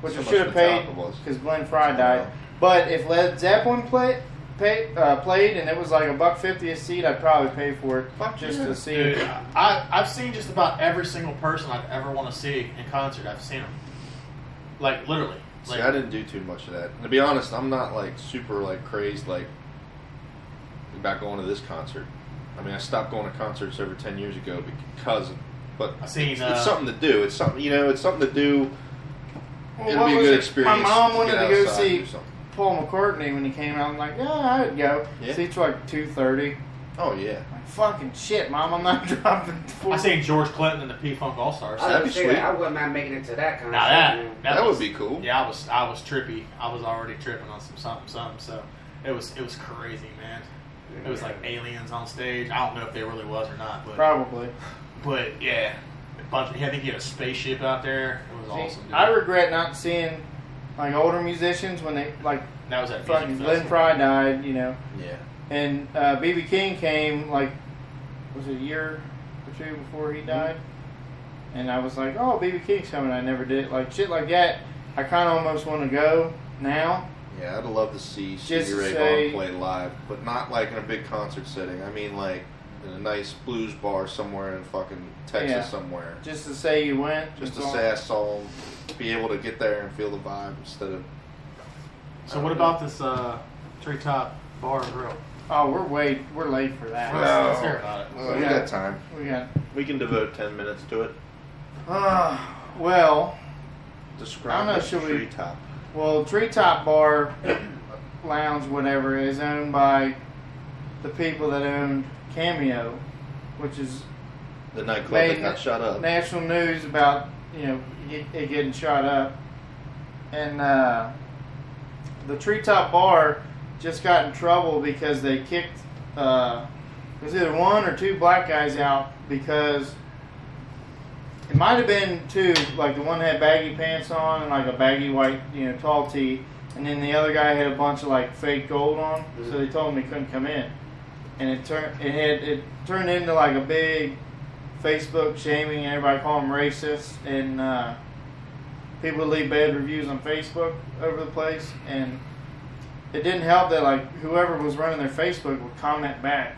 which So I much should have paid Metallica was. because Glenn Fry died. But if Led Zeppelin played. Paid, uh, played and it was like a buck fifty a seat. I'd probably pay for it Fuck just yeah. to see Dude, it. I, I've seen just about every single person I've ever want to see in concert. I've seen them, like literally. See, Like, I didn't do too much of that. And to be honest, I'm not like super like crazed like about going to this concert. I mean, I stopped going to concerts over ten years ago because, of, but I've seen. Uh, it's something to do. It's something you know. It's something to do. Well, It'll what be a was good it? experience. My mom to wanted get to go outside and see do something. Paul McCartney when he came out. I'm like, yeah, I'd go. Yeah. Seats were like two thirty. Oh yeah, Like fucking shit, mom. I'm not dropping. I seen George Clinton and the P Funk All Stars. I That'd would be say sweet. that I wouldn't mind making it to that concert. Now that man. that, was, would be cool. Yeah, I was I was trippy. I was already tripping on some something something. So it was it was crazy, man. It was like aliens on stage. I don't know if they really was or not, but Probably. but yeah, a bunch. Of, I think he had a spaceship out there. It was awesome. Dude. I regret not seeing like older musicians when they like that was at fucking music Glenn festival. Fry died, you know, Yeah. and uh, BB King came like was it a year or two before Mm-hmm. he died, and I was like, oh, BB King's coming. I never did like shit like that. I kind of almost want to go now. Yeah, I'd love to see Stevie to Ray say- Vaughan play live, but not like in a big concert setting. I mean, like in a nice blues bar somewhere in fucking Texas Yeah. somewhere. Just to say you went. Just to that's all. say I saw him, be able to get there and feel the vibe instead of. So what about this uh, treetop bar and grill? Oh, we're way we're late for that. Let's- let's hear about it. Well, we got time. We got. We can devote ten minutes to it. Uh, well, I Describe don't know, the should we- treetop. well, Treetop Bar, Lounge, whatever, is owned by the people that owned Cameo, which is The nightclub made that got shot up. national news about you know it it getting shot up, and uh, the Treetop Bar just got in trouble because they kicked uh, it was either one or two black guys out because it might have been two. Like the one had baggy pants on and like a baggy white you know tall tee, and then the other guy had a bunch of like fake gold on. So they told him he couldn't come in, and it turned it had it turned into like a big Facebook shaming and everybody call them racist and uh, people leave bad reviews on Facebook over the place and it didn't help that like whoever was running their Facebook would comment back.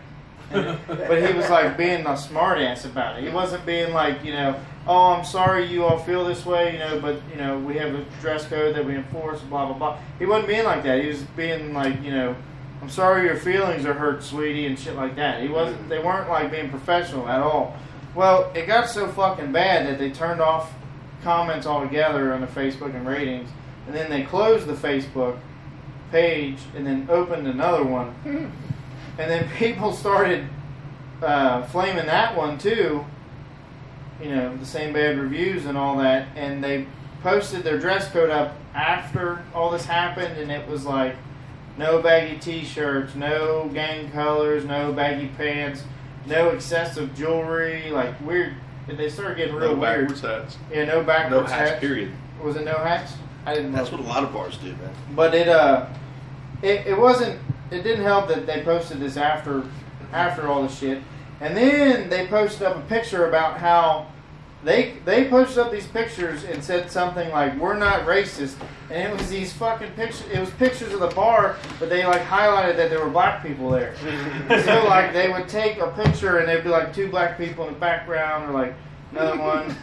And- but he was like being a smart ass about it. He wasn't being like, you know, oh I'm sorry you all feel this way, you know, but you know, we have a dress code that we enforce, blah blah blah. He wasn't being like that. He was being like, you know, I'm sorry your feelings are hurt, sweetie, and shit like that. He wasn't they weren't like being professional at all. Well, it got so fucking bad that they turned off comments altogether on the Facebook and ratings, and then they closed the Facebook page and then opened another one, and then people started uh, flaming that one too. You know, the same bad reviews and all that, and they posted their dress code up after all this happened, and it was like no baggy t-shirts, no gang colors, no baggy pants, no excessive jewelry, like weird. They started getting real no weird. backwards hats. Yeah, no backwards No hats. hat. Period. Was it no hats? I didn't know. That's what a lot of bars do, man. But it uh, it, it wasn't it didn't help that they posted this after after all the shit, and then they posted up a picture about how they they posted up these pictures and said something like "We're not racist," and it was these fucking pictures. It was pictures of the bar, but they like highlighted that there were black people there. so like they would take a picture and there'd be like two black people in the background or like another one.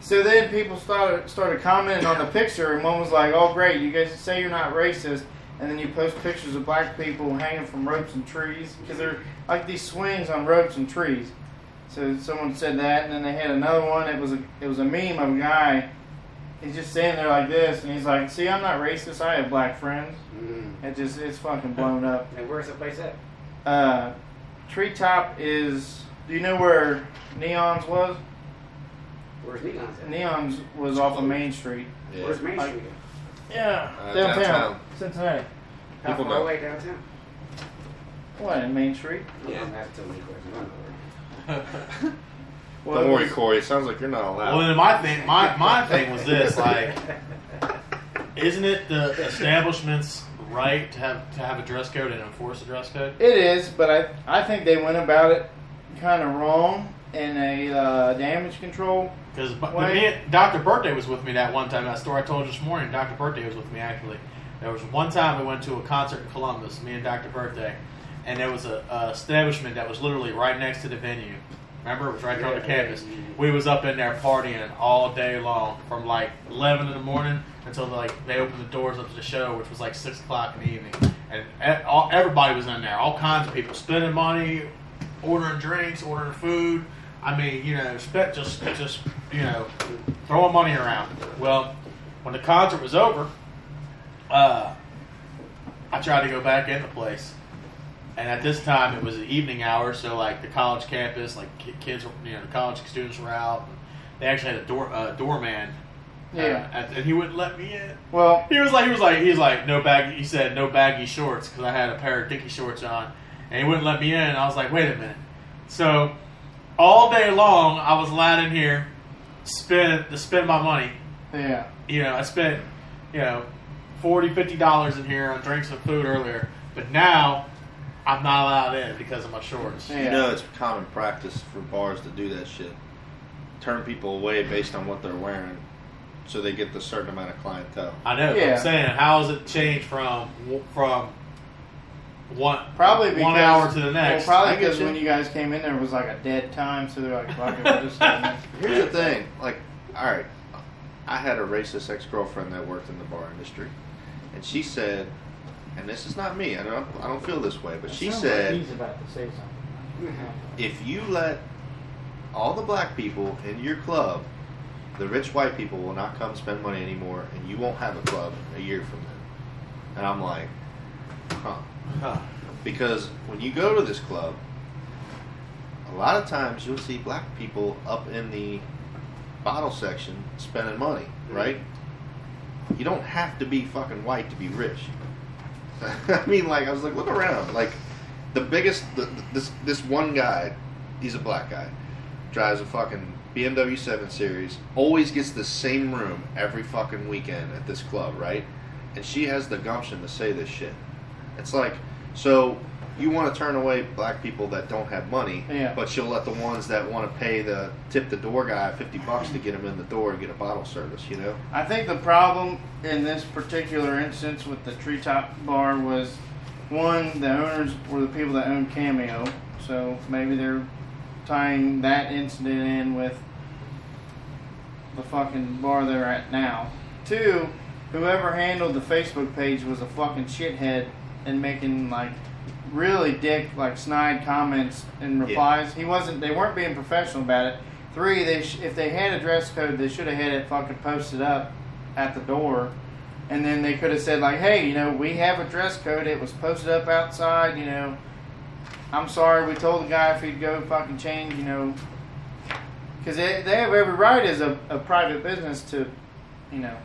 So then people started started commenting on the picture, and one was like, "Oh, great, you guys say you're not racist." And then you post pictures of black people hanging from ropes and trees because they're like these swings on ropes and trees. So someone said that, and then they had another one. It was a it was a meme of a guy. He's just standing there like this, and he's like, "See, I'm not racist. I have black friends." Mm. It just it's fucking blown up. And where's the place at? Uh, Treetop is. Do you know where Neon's was? Where's Neon's at? Neon's was off of Main Street. Yeah. Where's Main Like- Street? Yeah, Uh, downtown, downtown. Cincinnati. at? How People far know. away downtown? What in Main Street? Yeah. I'm asking too many questions. I'm not worried. Well, Don't worry, it was- Corey. It sounds like you're not allowed. Well, then my thing, my, my thing was this: like, isn't it the establishment's right to have to have a dress code and enforce a dress code? It is, but I I think they went about it kind of wrong in a uh, damage control. Because Why- Dr. Birthday was with me that one time. That story I told you this morning. Dr. Birthday was with me actually. There was one time we went to a concert in Columbus, me and Dr. Birthday, and there was a, a establishment that was literally right next to the venue. Remember, it was right there on the Yeah. campus. We was up in there partying all day long, from like eleven in the morning until like they opened the doors up to the show, which was like six o'clock in the evening. And e- all, everybody was in there, all kinds of people spending money, ordering drinks, ordering food. I mean, you know, spent just just you know, throwing money around. Well, when the concert was over, uh, I tried to go back in the place, and at this time it was an evening hour, so like the college campus, like ki- kids, were- you know, the college students were out. And they actually had a door uh, doorman. uh, Yeah. at- and he wouldn't let me in. Well, He was like, he was like, he's like, no baggy. He said no baggy shorts because I had a pair of dicky shorts on, and he wouldn't let me in. I was like, wait a minute. So all day long, I was allowed in here, spend to spend my money. yeah. You know, I spent you know 40 dollars in here on drinks and food earlier, but now I'm not allowed in because of my shorts. Yeah. You know, it's common practice for bars to do that shit. Turn people away based on what they're wearing, so they get the certain amount of clientele. I know. but Yeah. I'm saying, how has it changed from from one Probably because, one hour to the next? Well, I probably get because you. when you guys came in there it was like a dead time, so they're like, "Fuck it, we'll just." go in there." Here's the thing, like, all right, I had a racist ex-girlfriend that worked in the bar industry, and she said, and this is not me. I don't, I don't feel this way, but she Sounds said, like he's about to say something. if you let all the black people in your club, the rich white people will not come spend money anymore, and you won't have a club a year from then. And I'm like, huh. Huh. Because when you go to this club, a lot of times you'll see black people up in the bottle section spending money, right? You don't have to be fucking white to be rich. I mean, like I was like, look around. Like the biggest, the, this this one guy, he's a black guy, drives a fucking BMW 7 Series. Always gets the same room every fucking weekend at this club, right? And she has the gumption to say this shit. It's like, so you want to turn away black people that don't have money, Yeah. but she'll let the ones that want to pay the tip the door guy 50 bucks to get him in the door and get a bottle service, you know? I think the problem in this particular instance with the treetop bar was one, the owners were the people that owned Cameo, so maybe they're tying that incident in with the fucking bar they're at now. Two, whoever handled the Facebook page was a fucking shithead and making like really dick like snide comments and replies. He wasn't. They weren't being professional about it. Three, they sh- if they had a dress code, they should have had it fucking posted up at the door, and then they could have said like, hey, you know, we have a dress code. It was posted up outside. You know, I'm sorry. We told the guy if he'd go fucking change. You know, because they, they have every right as a, a private business to, you know,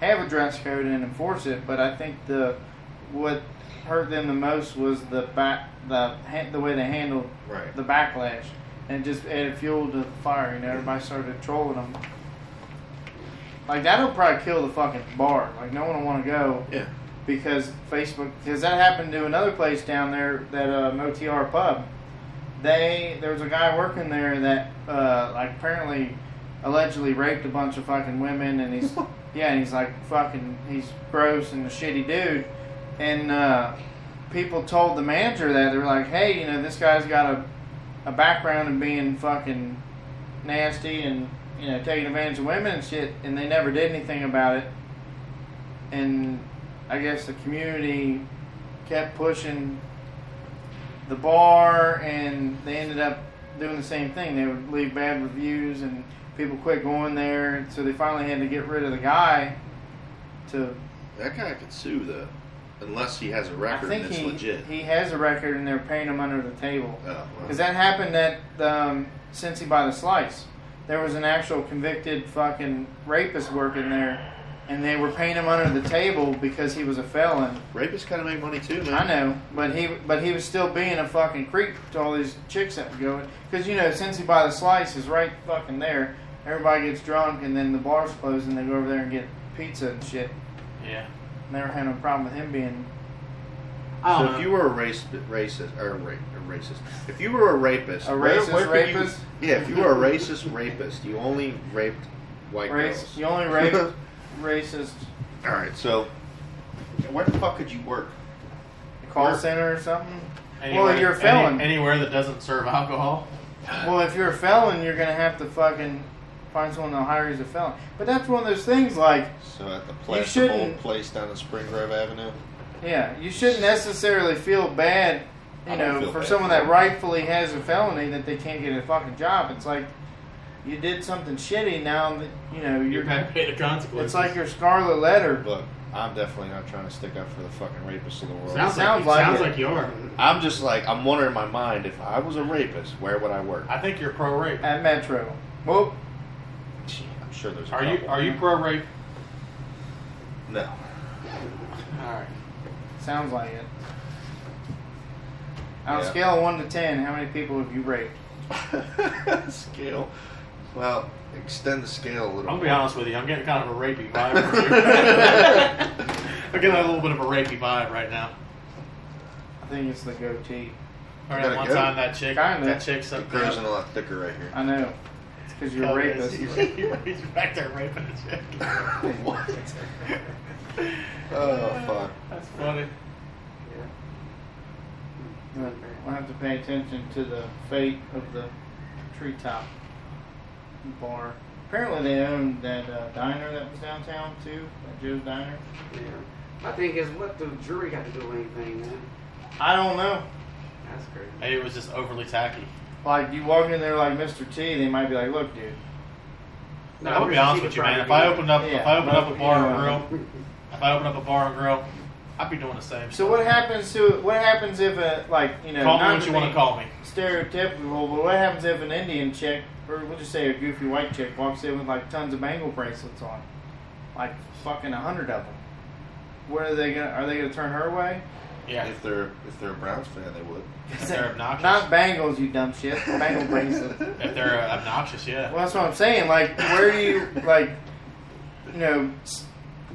have a dress code and enforce it. But I think the what hurt them the most was the back the ha- the way they handled Right. the backlash, and it just added fuel to the fire. You know, everybody started trolling them. Like that'll probably kill the fucking bar. Like no one will want to go Yeah. because Facebook because that happened to another place down there that uh, MoTR pub. They there was a guy working there that uh, like apparently allegedly raped a bunch of fucking women and he's yeah and he's like fucking he's gross and a shitty dude and uh, people told the manager that they were like hey you know this guy's got a a background in being fucking nasty and you know taking advantage of women and shit and they never did anything about it and I guess the community kept pushing the bar, and they ended up doing the same thing. They would leave bad reviews, and people quit going there. and So they finally had to get rid of the guy. To That guy could sue though, unless he has a I record and think it's he legit. he has a record, and they're paying him under the table. oh, well. Because that happened at um, Cincy by the Slice. There was an actual convicted fucking rapist working there, and they were paying him under the table because he was a felon. Rapists kind of make money too, man. I know, but he but he was still being a fucking creep to all these chicks that were going because you know Cincy by the slice is right fucking there. Everybody gets drunk and then the bars close and they go over there and get pizza and shit. Yeah. And they were having a problem with him being I don't So if know. you were a race, racist or ra- a racist, if you were a rapist, A where- racist where could you- rapist? yeah, if you were a racist rapist, you only raped white race. girls. You only rape racist All right, so where the fuck could you work? call Where- center or something. Anywhere, well, you're a any- felon. anywhere that doesn't serve alcohol. Well, if you're a felon, you're gonna have to fucking find someone that'll hire you as a felon. But that's one of those things like. So at the place, the shouldn't. old place down in Spring Grove Avenue. Yeah, you shouldn't necessarily feel bad, you I don't know, feel for bad. someone that rightfully has a felony that they can't get a fucking job. It's like you did something shitty. Now that you know You're you're. going to pay the It's consequences. like your scarlet letter. Look, I'm definitely not trying to stick up for the fucking rapists of the world. Sounds, Sounds like, like sounds it. like you are. I'm just like I'm wondering in my mind if I was a rapist, where would I work? I think you're pro rape. At Metro. Well, I'm sure there's. A Are you couple. are you pro rape? No. All right. sounds like it. On a Yeah. scale of 1 to 10, how many people have you raped? scale. Well, extend the scale a I'm little. gonna bit. be honest with you. I'm getting kind of a rapey vibe. From you. I'm getting a little bit of a rapey vibe right now. I think it's the goatee. Remember that Gotta one go. time that chick, Kinda. that chick sucked me Girls up. in a lot thicker right here. I know. It's because you're a rapist. He's back there raping a chick. what? oh fuck! That's funny. We'll have to pay attention to the fate of the treetop bar. Apparently, they owned that uh, diner that was downtown too, that Joe's Diner. I think is what the jury got to do with anything, man. I don't know. That's crazy. Maybe it was just overly tacky. Like you walk in there like Mr. T, they might be like, "Look, dude, No, I'm gonna be honest with you, man. If I opened up, if Yeah, I opened up a but, bar you know, and grill, if I opened up a bar and grill, I'd be doing the same. so what happens to what happens if a like you know call me not what to you be want to call me. stereotypical, but what happens if an Indian chick or we'll just say a goofy white chick walks in with like tons of bangle bracelets on, like fucking a hundred of them? What are they gonna? Are they gonna turn her away? Yeah, If they're if they're a Browns fan, they would. if they're obnoxious. Not bangles, you dumb shit. Bangle bracelets. well, if they're uh, obnoxious, yeah. that's what I'm saying. Like, where do you like, you know, s-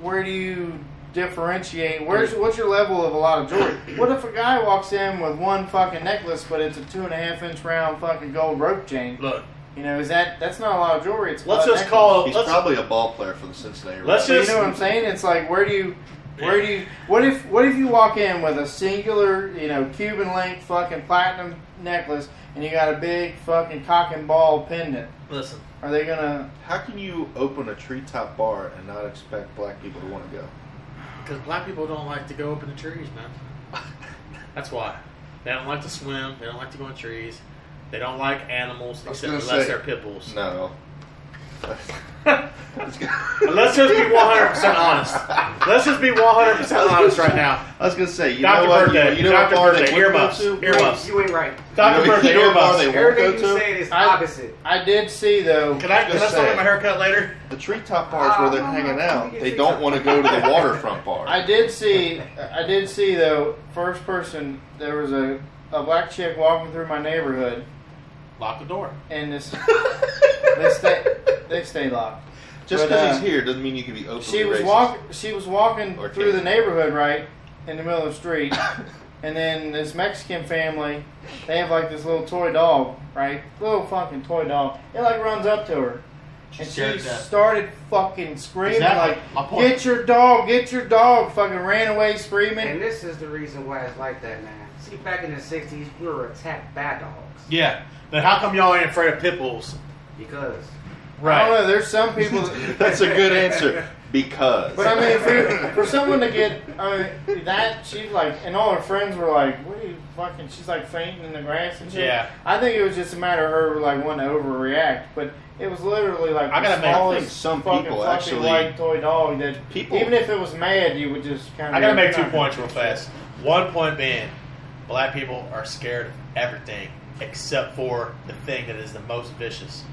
where do you differentiate? Where's what's your level of a lot of jewelry? What if a guy walks in with one fucking necklace, but it's a two and a half inch round fucking gold rope chain? Look, You know, is that that's not a lot of jewelry? It's a let's lot of just necklace. call. He's Let's, probably a ball player for the Cincinnati. Reds. Let's So you just know what I'm saying? It's like where do you where do you what if what if you walk in with a singular, you know, Cuban link fucking platinum necklace and you got a big fucking cock and ball pendant? listen. Are they gonna How can you open a treetop bar and not expect black people to want to go? Because black people don't like to go up in the trees, man. That's why. They don't like to swim. They don't like to go in trees. They don't like animals, I was except gonna unless say- they're pit bulls. No. And let's just be 100% honest. Let's just be 100% honest right now. I was gonna say, you Dr. know what? Birthday. You, you know Dr. what bar Birthday. they would go Earmuffs. to? Ear- Earmuffs. You ain't right. Dr. You know- Birthday, you know what bar earmuffs. they won't Everything you go to? saying is I- opposite. I did see though Can I, can I Just still get saying. my haircut later? The treetop bars where they're hanging out, You they see- don't want to go to the waterfront bar. I did see I did see though first person there was a, a black chick walking through my neighborhood Lock the door. and this they stay they stay locked. Just But, because uh, he's here doesn't mean you can be openly She was racist. walk. She was walking Or through the Kate. neighborhood, right, in the middle of the street, and then this Mexican family, they have like this little toy dog, right, little fucking toy dog. It like runs up to her, and scared she to death. started fucking screaming Exactly. My like, point. "Get your dog! Get your dog!" Fucking ran away And screaming. this is the reason why it's like that, man. See, back in the 60s, we were attacked by dogs. Yeah. Then how come y'all ain't afraid of pit bulls? Because I don't Right. know. There's some people. That, That's a good answer because. But I mean, for, for someone to get, I mean, that she's like, and all her friends were like, "What are you fucking?" She's like fainting in the grass and shit. Yeah. I think it was just a matter of her like wanting to overreact, but it was literally like I gotta the make- I smallest think some fucking people fluffy actually- white toy dog that People- even if it was mad, you would just kind of. I gotta make two points real fast. One point being, black people are scared of everything except for the thing that is the most vicious.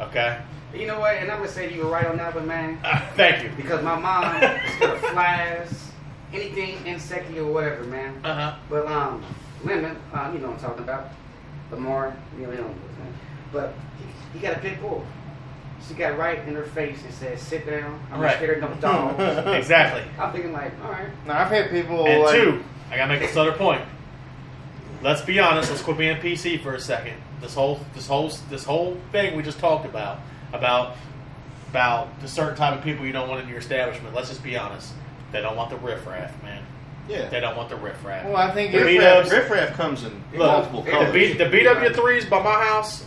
Okay? you know what? And I would say you were right on that one, man. Uh, thank you. Because my mom is scared of flies, anything insecty or whatever, man. Uh Uh-huh. huh. But um, Lemon, um, you know what I'm talking about. Lamar, you know, you know what I'm saying. But he, he got a big bull. She got right in her face and said, "Sit down. I'm Right. scared of no dogs." Exactly. I'm thinking like, all right. Now I've had people And like, two, I gotta make this other point. Let's be honest. Let's quit being PC for a second. This whole, this whole, this whole thing we just talked about, about, about the certain type of people you don't want in your establishment. Let's just be honest. They don't want the riffraff, man. They yeah. don't want the riffraff. Well, I think if- The meetups. Riff Raff comes in Look, multiple the colors. The, B, the BW threes by my house,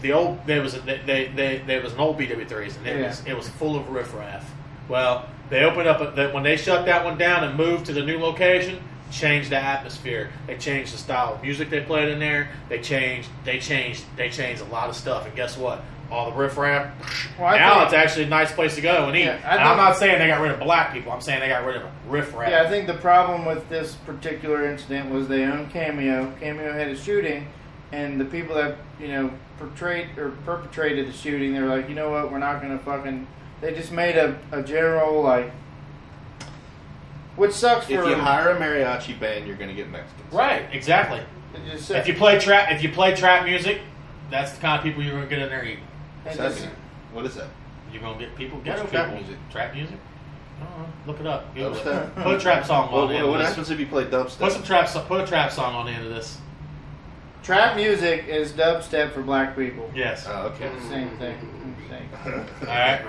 the old there was a, they, they, they there was an old BW threes and it Yeah. was it was full of riffraff. Well, they opened up a, that when they shut that one down and moved to the new location, changed the atmosphere. They changed the style of music they played in there. They changed they changed they changed a lot of stuff. And guess what? All the riffraff. Well, I now think- it's actually a nice place to go and eat. Yeah, I and I'm think- not saying they got rid of black people. I'm saying they got rid of riffraff. Yeah, I think the problem with this particular incident was they owned Cameo. Cameo had a shooting, and the people that you know portrayed or perpetrated the shooting, they were like, you know what, we're not gonna fucking. They just made a, a general like, which sucks If for you hire a mariachi band, you're going to get Mexicans. Right. Exactly. it just If sucks. you play trap, if you play trap music, that's the kind of people you're gonna get in there eating. It So that's- just- what is that? You're gonna get people. What's Get people. trap music? Trap music. I don't know. Look it up. Google What's it. that? Put a trap song Oh, Well, on. what, the end what, of this. happens if you play dubstep? Put some trap. so- Put a trap song on the end of this. trap music is dubstep for black people. Yes. Oh, okay. It's the Same thing. Same thing. All right.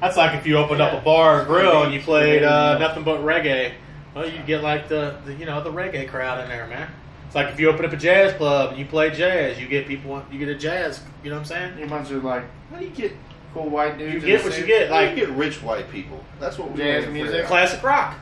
That's like if you opened up a bar or grill and you played uh, nothing but reggae. Well, you get like the, the you know the reggae crowd in there, man. It's like if you open up a jazz club and you play jazz, you get people. You get a jazz. You know what I'm saying? You bunch of like How do you get cool white dudes. You in get the what you suit. get, how do like you get rich white people? That's what we Jazz need for music. that. classic rock.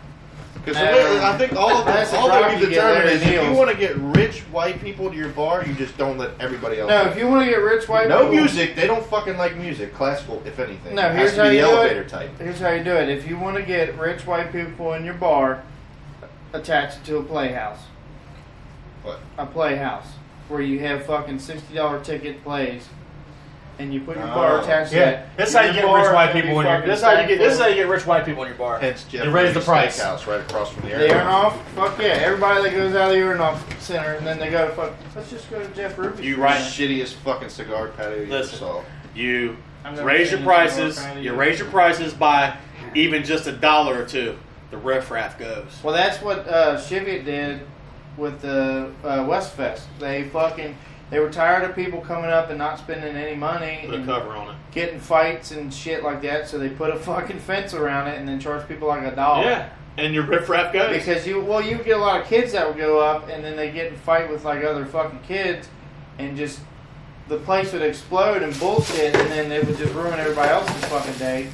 Because Nah. I think all of That's us, a all crop that you we get there determine is in if you Neil's. want to get rich white people to your bar, you just don't let everybody else. No, in. if you want to get rich white no people, music, they don't fucking like music. Classical, if anything, No, it here's has to how be you the do it. elevator type. Here's how you do it. If you want to get rich white people in your bar, attach it to a playhouse. What? A playhouse where you have fucking sixty dollar ticket plays, and you put your Oh. bar attached to Yeah, that. this is how you Your get bar rich white will be people in your. fucking This is how you get. This is how stacked you get rich white people in your bar. Hence, Jeff They raise the price. House right across from the full. The airport. Aronoff, fuck yeah! Everybody that goes out of the Aronoff Center and then they go to fuck. Let's just go to Jeff Ruby's. You Right. shittiest fucking cigar patio you ever Listen. saw. You I've never raise seen your a cigar prices. patio. You raise your prices by even just a dollar or two. The riffraff goes. Well, that's what uh, Cheviot did with the uh, West Fest. They fucking they were tired of people coming up and not spending any money. Put a and- cover on it. getting fights and shit like that, so they put a fucking fence around it and then charge people like a dollar. Yeah, and your riffraff goes. Because you well you get a lot of kids that will go up and then they get in fight with like other fucking kids and just the place would explode and bullshit and then it would just ruin everybody else's fucking day.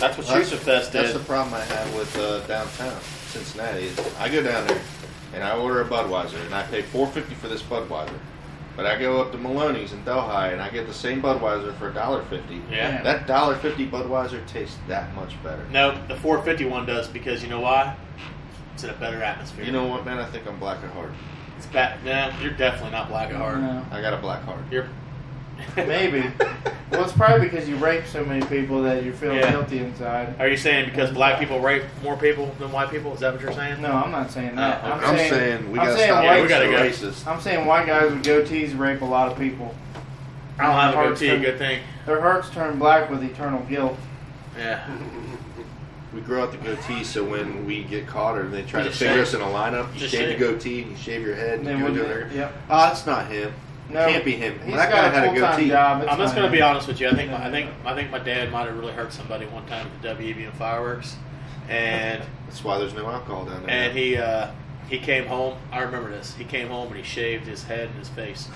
That's what That's- Shooter Fest That's did. the problem I have with uh, downtown Cincinnati. Is I go down there and I order a Budweiser and I pay four fifty for this Budweiser, but I go up to Maloney's in Delhi and I get the same Budweiser for a dollar fifty. yeah. That dollar fifty Budweiser tastes that much better. No, the 450 one does because you know why? It's in a better atmosphere. You know what, man? I think I'm black at heart. it's bad. No, you're definitely not black at heart. No. I got a black heart. You're Maybe. well it's probably because you rape so many people that you feel Yeah. guilty inside. Are you saying because black people rape more people than white people? Is that what you're saying? No, I'm not saying that. No, I'm, I'm saying, saying we I'm gotta saying stop Uh-huh. Yeah, white we gotta being go. so racist. I'm saying white guys with goatees rape a lot of people. I don't have a Hearts goatee. turn- Good thing. Their hearts turn black with eternal guilt. Yeah. We grow out the goatee so when we get caught or they try You to just figure shave. us in a lineup, you Just shave shave. your goatee and you shave your head and They you go wouldn't- to there. Yep. Ah, it's not him. No, it can't be him. He's that guy got a had a full-time goatee. job. It's I'm just not gonna be him. honest with you. I think I think I think my dad might have really hurt somebody one time at the WEB and fireworks, and That's why there's no alcohol down there. and he uh, he came home. I remember this. He came home and he shaved his head and his face.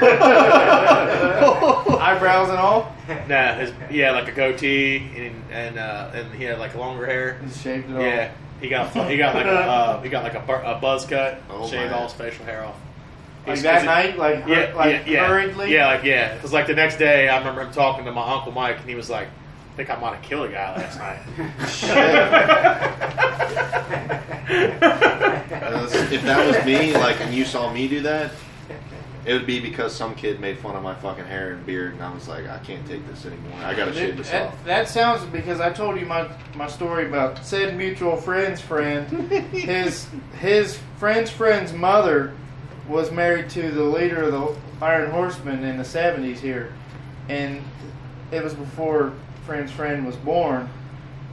Eyebrows and all. Nah, his he had like a goatee and and uh, and he had like longer hair. He shaved it all. Yeah, he got he got like a uh, he got like a, bur- a buzz cut, Oh, shaved my. all his facial hair off. Like He's- that he's- night, like, hur- yeah, like yeah, yeah, hurriedly. yeah, like yeah, because like the next day, I remember him talking to my uncle Mike, and he was like, "I think I might have killed a guy last night." Uh, if that was me, like, and you saw me do that, it would be because some kid made fun of my fucking hair and beard, and I was like, I can't take this anymore. I gotta shave Dude, this that, off. that sounds because I told you my my story about said mutual friend's friend. his his friend's friend's mother was married to the leader of the Iron Horsemen in the seventies here, and it was before friend's friend was born.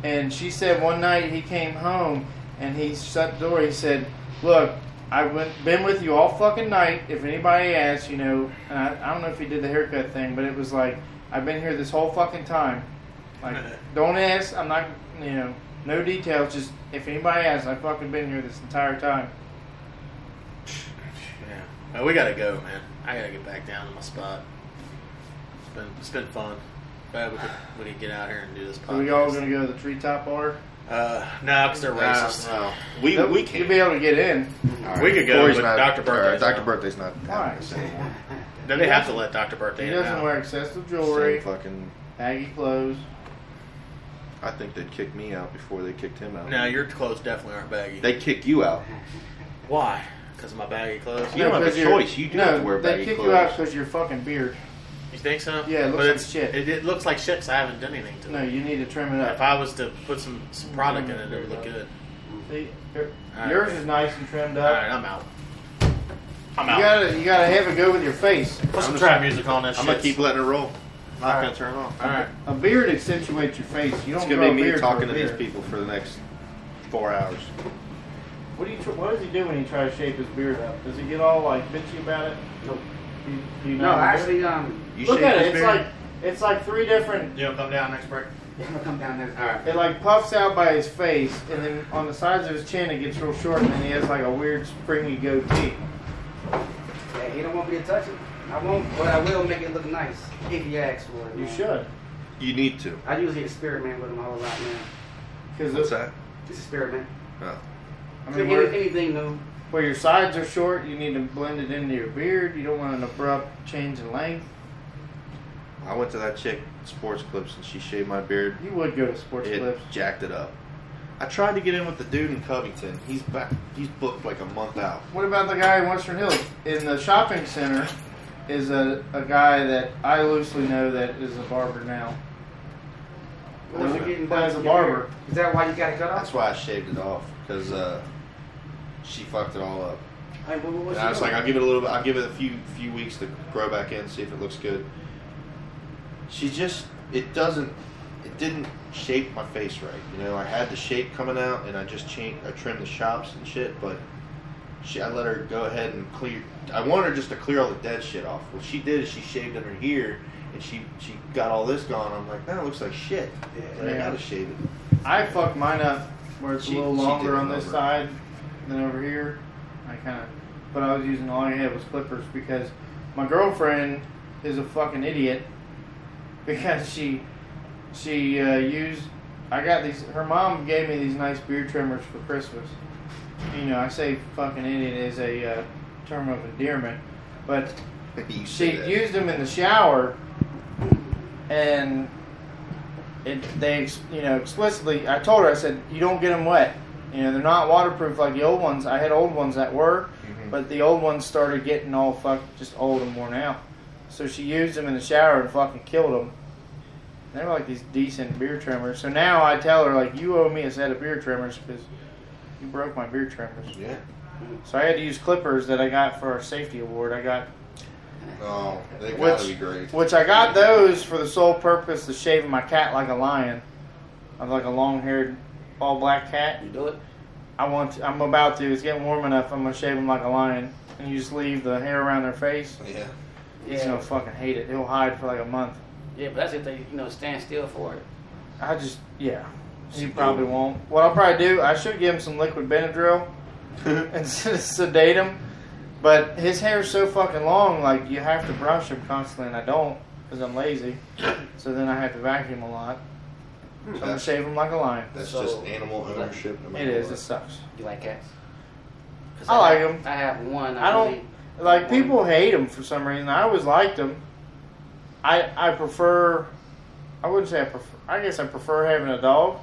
And she said one night he came home and he shut the door. He said, "Look." I've went- been with you all fucking night. If anybody asks, you know, and I, I don't know if he did the haircut thing, but it was like I've been here this whole fucking time. Like, don't ask. I'm not, you know, no details. Just if anybody asks, I've fucking been here this entire time. Yeah. Well, we gotta go, man. I gotta get back down to my spot. It's been it's been fun. Glad we could, we could get out here and do this podcast. Are we all gonna go to the treetop bar? Uh, nah, because they're Nah, racist. no. We, Nope, we You'll can't. be able to get in. All We could go, Corey's but not- Dr. Birthday's all right, Dr. not. Birthday's not Why? having this anymore. Then they have to let Doctor Birthday. He in doesn't now. wear excessive Same jewelry, fucking. baggy clothes. I think they'd kick me out before they kicked him out. No, your clothes definitely aren't baggy. They kick you out. Why? Because of my baggy clothes. You don't have a 'cause you're- choice. You do no, have to wear they baggy kick you clothes. out because your fucking beard. You think so? Yeah, it looks but like it's, shit. It, it looks like shit 'cause I haven't done anything to No, it. you need to trim it If up. I was to put some, some product in it, it would Mm-hmm. look good. See, your- All yours right. is nice and trimmed All up. right, I'm out. I'm You out. gotta, you gotta have it go with your face. put some trap music on this. I'm gonna shit. keep letting it roll. I'm not All gonna right. turn it off. All right. A beard accentuates your face. You don't. It's gonna grow be a me beard for talking a to these beard. people for the next four hours. What do you? Tr- what does he do when he tries to shape his beard up? Does he get all like bitchy about it? Nope. Do you, do you No, know actually, um, You look shave at his it. It's beard? like it's like three different. You come down next break. I'm gonna come down there. All right. It like puffs out by his face, and then on the sides of his chin it gets real short, and then he has like a weird springy goatee. Yeah, he don't want me to touch it. I won't, but I will make it look nice if you ask for it. You man. should, You need to. I usually experiment with him a whole lot, man. What's because that? Experiment. Oh. I Any- mean, where, anything new. where your sides are short, you need to blend it into your beard. You don't want an abrupt change in length. I went to that chick sports clips and she shaved my beard. You would go to sports It clips. jacked it up. I tried to get in with the dude in Covington. He's back. He's booked like a month out. What about the guy in Western Hills? In the shopping center is a, a guy that I loosely know that is a barber now. Once you're getting Play done as a with your barber. hair, Is that why you got it cut That's off? why I shaved it off because uh, she fucked it all up. Hey, what, what, what And you I was Uh, like, doing? I'll give it a little bit. I'll give it a few few weeks to grow back in, see if it looks good. She just, it doesn't, it didn't shape my face right. You know, I had the shape coming out, and I just changed, I trimmed the shops and shit. But she, I let her go ahead and clear. I wanted her just to clear all the dead shit off. What she did is she shaved under here, and she she got all this gone. I'm like, that looks like shit. Like, I Yeah. gotta shave it. I fucked mine up where it's She- a little she longer did on this over. side than over here. I kind of, but I was using all I had was clippers because my girlfriend is a fucking idiot because she she uh, used. I got these. Her mom gave me these nice beard trimmers for Christmas. You know, I say fucking idiot is a uh, term of endearment, but she you say that. used them in the shower, and it, they, ex- you know, explicitly. I told her, I said, you don't get them wet. You know, they're not waterproof like the old ones. I had old ones that were, Mhm. but the old ones started getting all fuck, just old and worn out. So she used them in the shower and fucking killed them. They were like these decent beard trimmers. So now I tell her like, you owe me a set of beard trimmers because you broke my beard trimmers. yeah. So I had to use clippers that I got for our safety award. I got Oh, they gotta Which- be great. Which I got those for the sole purpose of shaving my cat like a lion. I'm like a long-haired, all-black cat. You do it? I want. I'm about to. It's getting warm enough. I'm gonna shave him like a lion, and you just leave the hair around their face. Yeah. He's Yeah. gonna fucking hate it. He'll hide for like a month. Yeah, but that's if they, you know, stand still for it. I just, yeah. He probably won't. What I'll probably do, I should give him some liquid Benadryl and sedate him. But his hair's so fucking long, like you have to brush him constantly, and I don't because I'm lazy. So then I have to vacuum a lot. So I'm gonna That's, shave him like a lion. that's So- just animal ownership. No It matter is. what. It sucks. You like cats? 'Cause I like have- 'em. I have one. I don't- really- Like people hate him for some reason. I always liked him. I I prefer. I wouldn't say I prefer. I guess I prefer having a dog,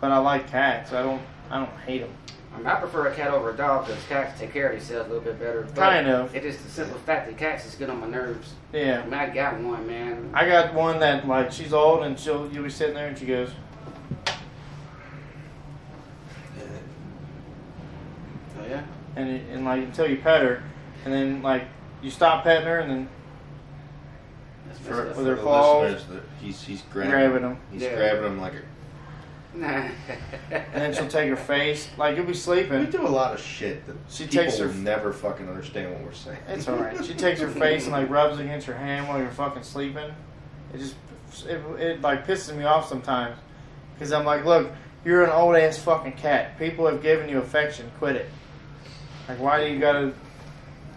but I like cats. I don't. I don't hate them. I, mean, I prefer a cat over a dog because cats take care of themselves a little bit better. But Kind of. It is the simple fact that cats is good on my nerves. I Yeah. mean, I got one, man. I got one that like she's old and she'll you'll be sitting there and she goes, Oh, yeah? and and like until you pet her, and then like you stop petting her and then That's For, messed With for up. their the paws. listeners, that he's he's grabbing, Grabbing 'em. He's Yeah. grabbing them like a. Nah. and then she'll take her face like you'll be We sleeping. do a lot of shit that She people takes her- will never fucking understand what we're saying. It's all right. She takes her face and like rubs against your hand while you're fucking sleeping. It just it, it like pisses me off sometimes because I'm like, look, you're an old ass fucking cat. People have given you affection. Quit it. Like why do you gotta?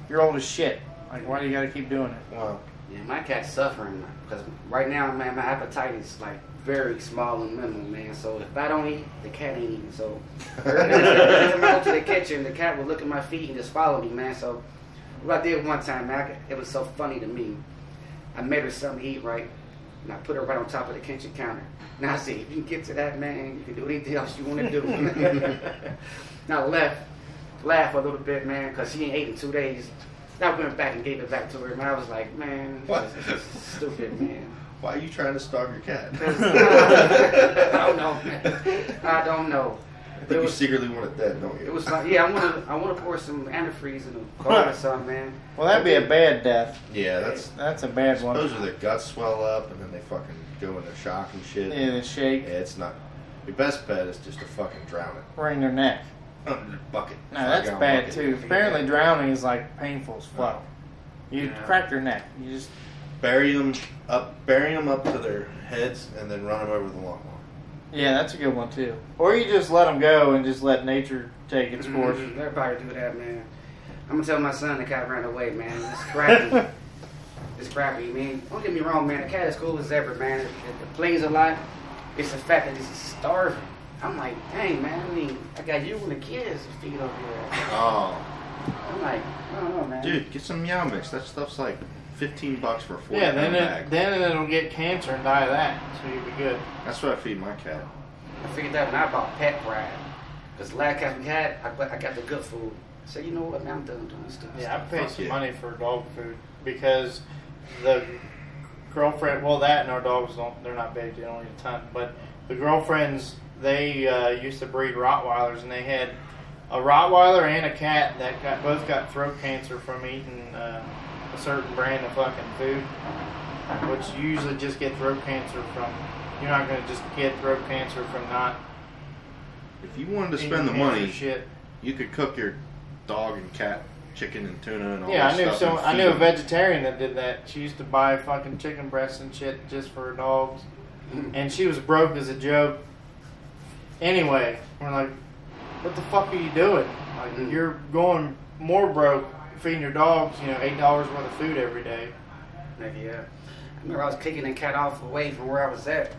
You're old as shit. Like why do you gotta keep doing it? Wow. Yeah, my cat's suffering because right now, man, my appetite is like very small and minimal, man. So if I don't eat, the cat ain't eating. So Every time I go to the kitchen, the cat would look at my feet and just follow me, man. So what I did one time, man, I- it was so funny to me. I made her something to eat, right? And I put her right on top of the kitchen counter. Now I said, if you can get to that, man, you can do anything else you want to do. now I left, laugh a little bit, man, because she ain't ate in two days. I went back and gave it back to her, man. I was like, man, What? this is stupid, man. Why are you trying to starve your cat? I don't know, man. I don't know. I It think you was- secretly want it dead, don't you? It was like, yeah, I want to, I want to pour some antifreeze in the car or something, man. Well, that'd be a bad death. yeah, that's. That's a bad one. Those are their guts swell up, and then they fucking go into shock and shit. Yeah, they shake, Yeah, it's not. Your best bet is just to fucking drown it wring their neck. under the bucket. No, that's Fucking bad bucket. too. Apparently, drowning is like painful as fuck. You Yeah. crack your neck. You just bury them up, bury 'em up to their heads, and then run them over the lawnmower. yeah, that's a good one too. Or you just let them go and just let nature take its course. Mhm, Everybody do that, man. I'm gonna tell my son the cat ran away, man. It's crappy. it's crappy, man. Don't get me wrong, man. The cat is cool as ever, man. It, it, it plays a lot. It's the fact that it's starving. I'm like, dang, man. I mean, I got you and the kids to feed over here. Oh, I'm like, I don't know, man. dude, get some meow mix. That stuff's like fifteen bucks for a four yeah, then bag. it, then it'll get cancer and die of that, so you'll be good. That's what I feed my cat. I figured that when I bought Pet Pride. Because last cat we had, I, got- I got the good food. I said, you know what, man, I'm done doing this stuff. Yeah, I paid Fuck some yeah. money for dog food because the girlfriend. Well, that and our dogs don't. They're not big. They don't eat a ton. But the girlfriends, they uh, used to breed Rottweilers, and they had a Rottweiler and a cat that got both got throat cancer from eating uh, a certain brand of fucking food, which you usually just get throat cancer from. You're not going to just get throat cancer from not If you wanted to eating spend the cancer money, Shit. you could cook your dog and cat chicken and tuna and all Yeah, that I knew stuff so. and I feed knew a them. vegetarian that did that. She used to buy fucking chicken breasts and shit just for her dogs, and she was broke as a joke. Anyway, we're like, what the fuck are you doing? Like, Mm. you're going more broke feeding your dogs, you know, eight dollars worth of food every day. Nigga, yeah. I remember I was kicking the cat off away from where I was at.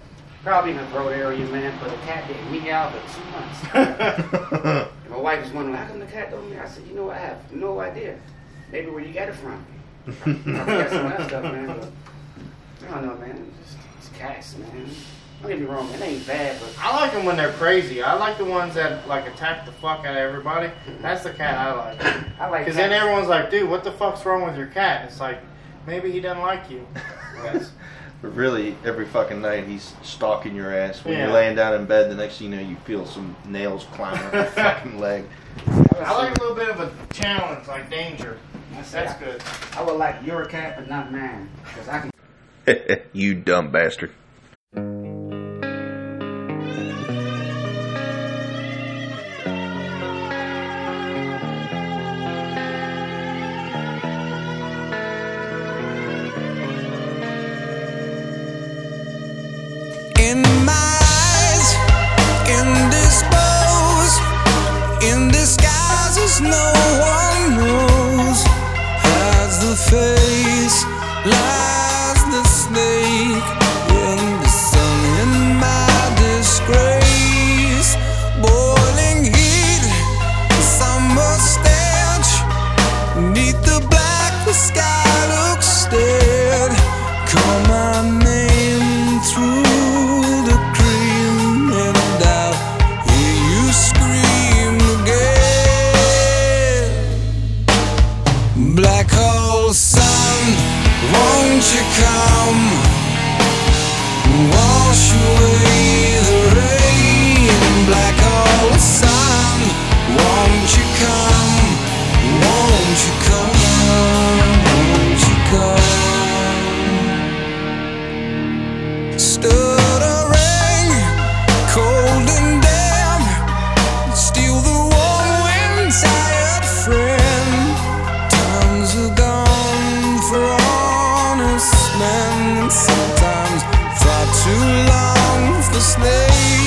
Probably in the road area, man, but the cat didn't meow for two months. and my wife was wondering, how come the cat don't meow? I said, you know, I have no idea. Maybe where you got it from. I got some of that stuff, man, but I don't know, man. It's, just, it's cats, man. Don't get me wrong, it ain't bad, but I like them when they're crazy. I like the ones that like attack the fuck out of everybody. That's the cat I like. I like Because then cats. everyone's like, dude, what the fuck's wrong with your cat? It's like, maybe he doesn't like you. But really, every fucking night he's stalking your ass. When Yeah. you're laying down in bed, the next thing you know, you feel some nails climbing up your fucking leg. I like a little bit of a challenge, like danger. I said, That's good. I, I would like your cat, but not mine, because I can you dumb bastard. In my eyes, indisposed, in disguises no one knows. Hides the face, lies the snake. In the sun, in my disgrace, boiling heat, summer stench. Neath the black, the sky looks dead. Call my name through the cream, and I'll hear you scream again. Black hole sun, won't you come? Wash away the rain. Black hole sun, won't you come? Won't you come? Won't you come? Stood a ring, cold and damp. Still the warm wind, tired friend. Times are gone for honest men. Sometimes far too long for snakes.